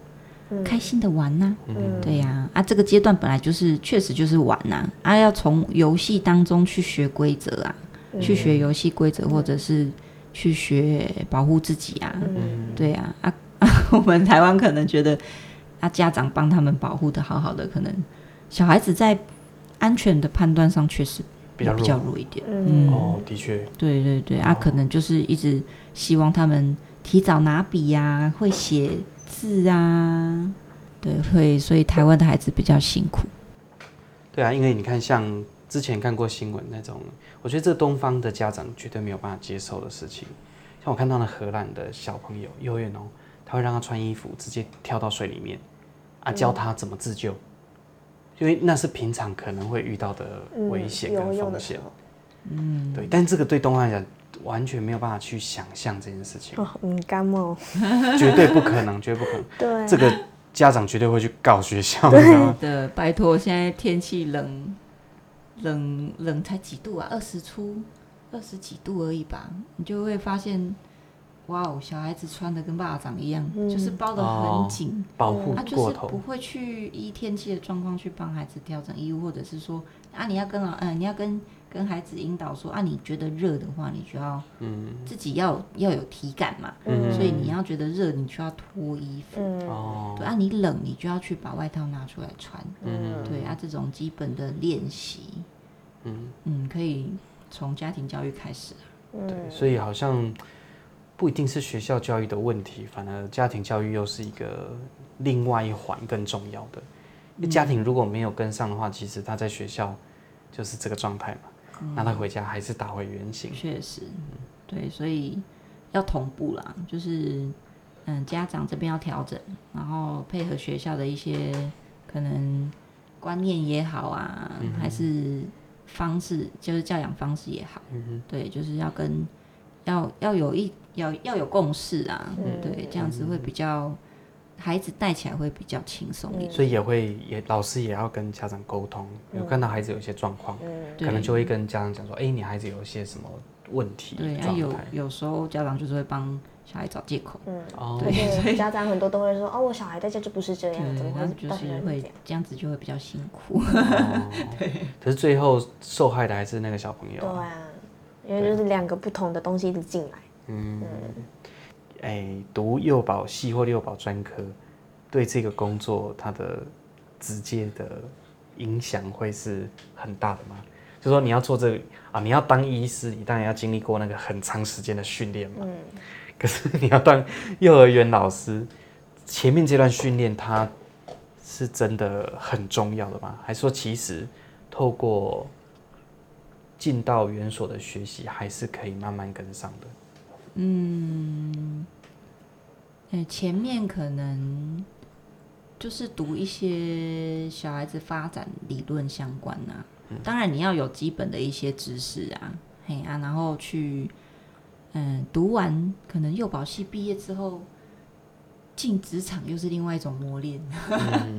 [SPEAKER 3] 开心的玩呐、
[SPEAKER 2] 嗯
[SPEAKER 3] 对呀、啊，这个阶段本来就是确实就是玩呐、啊，要从游戏当中去学规则啊，
[SPEAKER 2] 嗯
[SPEAKER 3] 去学游戏规则，或者是去学保护自己啊，
[SPEAKER 2] 嗯
[SPEAKER 3] 对呀、啊， 啊，我们台湾可能觉得啊，家长帮他们保护的好好的，可能小孩子在安全的判断上确实
[SPEAKER 1] 比较
[SPEAKER 3] 比
[SPEAKER 1] 弱
[SPEAKER 3] 较弱一点。
[SPEAKER 2] 嗯
[SPEAKER 1] 哦，的确，
[SPEAKER 3] 对对对，啊，可能就是一直希望他们提早拿笔呀、会写字啊，对，会，所以台湾的孩子比较辛苦。
[SPEAKER 1] 对啊，因为你看，像之前看过新闻那种，我觉得这东方的家长绝对没有办法接受的事情。像我看到了荷兰的小朋友，幼儿园哦，他会让他穿衣服直接跳到水里面，啊，
[SPEAKER 2] 嗯
[SPEAKER 1] 教他怎么自救，因为那是平常可能会遇到的
[SPEAKER 2] 嗯
[SPEAKER 1] 危险
[SPEAKER 2] 游
[SPEAKER 1] 跟
[SPEAKER 2] 泳
[SPEAKER 1] 风
[SPEAKER 2] 的
[SPEAKER 1] 险
[SPEAKER 2] 时。候，
[SPEAKER 1] 对，但这个对东方来讲完全没有办法去想象这件事情，
[SPEAKER 2] 哦，嗯，感冒，
[SPEAKER 1] 绝对不可能，绝对不可 能。
[SPEAKER 2] 对，啊
[SPEAKER 1] 这个家长绝对会去告学校，你知道吗？
[SPEAKER 3] 的，拜托，现在天气冷，冷冷才几度啊？二十出，二十几度而已吧，你就会发现，哇哦，小孩子穿的跟蚂蚱一样，就是包的
[SPEAKER 1] 哦
[SPEAKER 3] 很紧。
[SPEAKER 1] 保
[SPEAKER 2] 嗯
[SPEAKER 1] 护
[SPEAKER 3] 他就
[SPEAKER 1] 过
[SPEAKER 3] 是
[SPEAKER 1] 头
[SPEAKER 3] 不，会去依天气的状况去帮孩子调整衣物，或者是说啊，你要跟老嗯、你要跟跟孩子引导说啊，你觉得热的话，你就要嗯自己要要有体感嘛，
[SPEAKER 2] 嗯
[SPEAKER 3] 所以你要觉得热，你就要脱衣服，
[SPEAKER 2] 嗯
[SPEAKER 1] 哦，
[SPEAKER 3] 对啊，你冷你就要去把外套拿出来穿，对啊，这种基本的练习，嗯可以从家庭教育开始啊，
[SPEAKER 1] 对，所以好像不一定是学校教育的问题，反而家庭教育又是一个另外一环更重要的。因为家
[SPEAKER 3] 嗯
[SPEAKER 1] 庭如果没有跟上的话，其实他在学校就是这个状态嘛，
[SPEAKER 3] 嗯
[SPEAKER 1] 那他回家还是打回原形。
[SPEAKER 3] 确实，对，所以要同步啦，就是嗯，家长这边要调整，然后配合学校的一些可能观念也好啊，
[SPEAKER 1] 嗯
[SPEAKER 3] 还是方式，就是教养方式也好，
[SPEAKER 1] 嗯
[SPEAKER 3] 对，就是要跟要要有一要要有共识啊，
[SPEAKER 2] 嗯
[SPEAKER 3] 对，这样子会比较孩子带起来会比较轻松一点，
[SPEAKER 1] 所以也会也老师也要跟家长沟通，有看到孩子有一些状况，
[SPEAKER 2] 嗯，
[SPEAKER 1] 可
[SPEAKER 3] 对
[SPEAKER 1] 能就会跟家长讲说，哎、你孩子有一些什么问题
[SPEAKER 3] 对，啊
[SPEAKER 1] 状
[SPEAKER 3] 有
[SPEAKER 1] 态，
[SPEAKER 3] 有时候家长就是会帮小孩找借口。
[SPEAKER 1] 哦，
[SPEAKER 2] 嗯而且家长很多都会说，哦，我小孩在家就不是这样，怎么
[SPEAKER 3] 那
[SPEAKER 2] 会
[SPEAKER 3] 就
[SPEAKER 2] 到学
[SPEAKER 3] 是
[SPEAKER 2] 校
[SPEAKER 3] 会
[SPEAKER 2] 这样？
[SPEAKER 3] 这样子就会比较辛苦。
[SPEAKER 1] 可是最后受害的还是那个小朋友
[SPEAKER 2] 对
[SPEAKER 1] 啊。
[SPEAKER 2] 啊，因为就是两个不同的东西一直进来，
[SPEAKER 1] 嗯
[SPEAKER 2] 嗯
[SPEAKER 1] 哎、读幼保系或幼保专科，对这个工作它的直接的影响会是很大的吗？就说你要做这个啊，你要当医师，你当然要经历过那个很长时间的训练嘛。
[SPEAKER 2] 嗯
[SPEAKER 1] 可是你要当幼儿园老师，前面这段训练它是真的很重要的吗？还是说其实透过进到园所的学习，还是可以慢慢跟上的？
[SPEAKER 3] 呃，前面可能就是读一些小孩子发展理论相关啊，当然你要有基本的一些知识啊，嘿啊，然后去嗯、读完可能幼保系毕业之后。进职场又是另外一种磨练，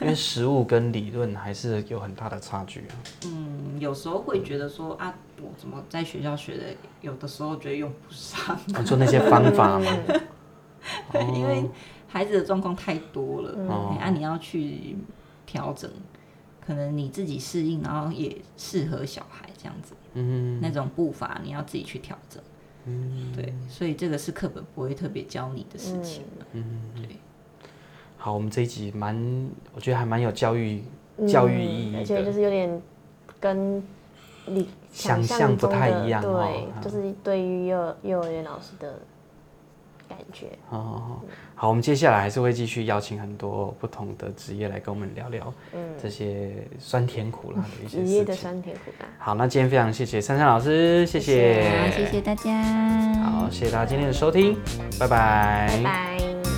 [SPEAKER 1] 因为实物跟理论还是有很大的差距啊。
[SPEAKER 3] 嗯，有时候会觉得说啊，我怎么在学校学的，有的时候觉得用不上，
[SPEAKER 1] 你说那些方法嘛，
[SPEAKER 3] 因为孩子的状况太多了，
[SPEAKER 1] 哦
[SPEAKER 3] 哎啊，你要去调整，可能你自己适应，然后也适合小孩这样子，嗯，那种步伐你要自己去调整，嗯，对，所以这个是课本不会特别教你的事情嘛，
[SPEAKER 1] 嗯好，我们这一集蛮，我觉得还蛮有教育
[SPEAKER 2] 嗯
[SPEAKER 1] 教育意
[SPEAKER 2] 而
[SPEAKER 1] 义
[SPEAKER 2] 且就
[SPEAKER 1] 的，
[SPEAKER 2] 是有点跟你
[SPEAKER 1] 想
[SPEAKER 2] 象
[SPEAKER 1] 象不
[SPEAKER 2] 中
[SPEAKER 1] 太
[SPEAKER 2] 的
[SPEAKER 1] 一样哦。
[SPEAKER 2] 对，就是对于幼幼儿园老师的感觉，
[SPEAKER 1] 好好好，好，我们接下来还是会继续邀请很多不同的职业来跟我们聊聊这些酸甜苦辣的一些
[SPEAKER 2] 职业的
[SPEAKER 1] 事情。
[SPEAKER 2] 酸甜苦辣。
[SPEAKER 1] 好，那今天非常谢谢珊珊老师，谢
[SPEAKER 2] 谢
[SPEAKER 1] 谢，
[SPEAKER 3] 好，谢谢大家，
[SPEAKER 1] 好，谢谢大家今天的收听，拜拜
[SPEAKER 2] 拜拜。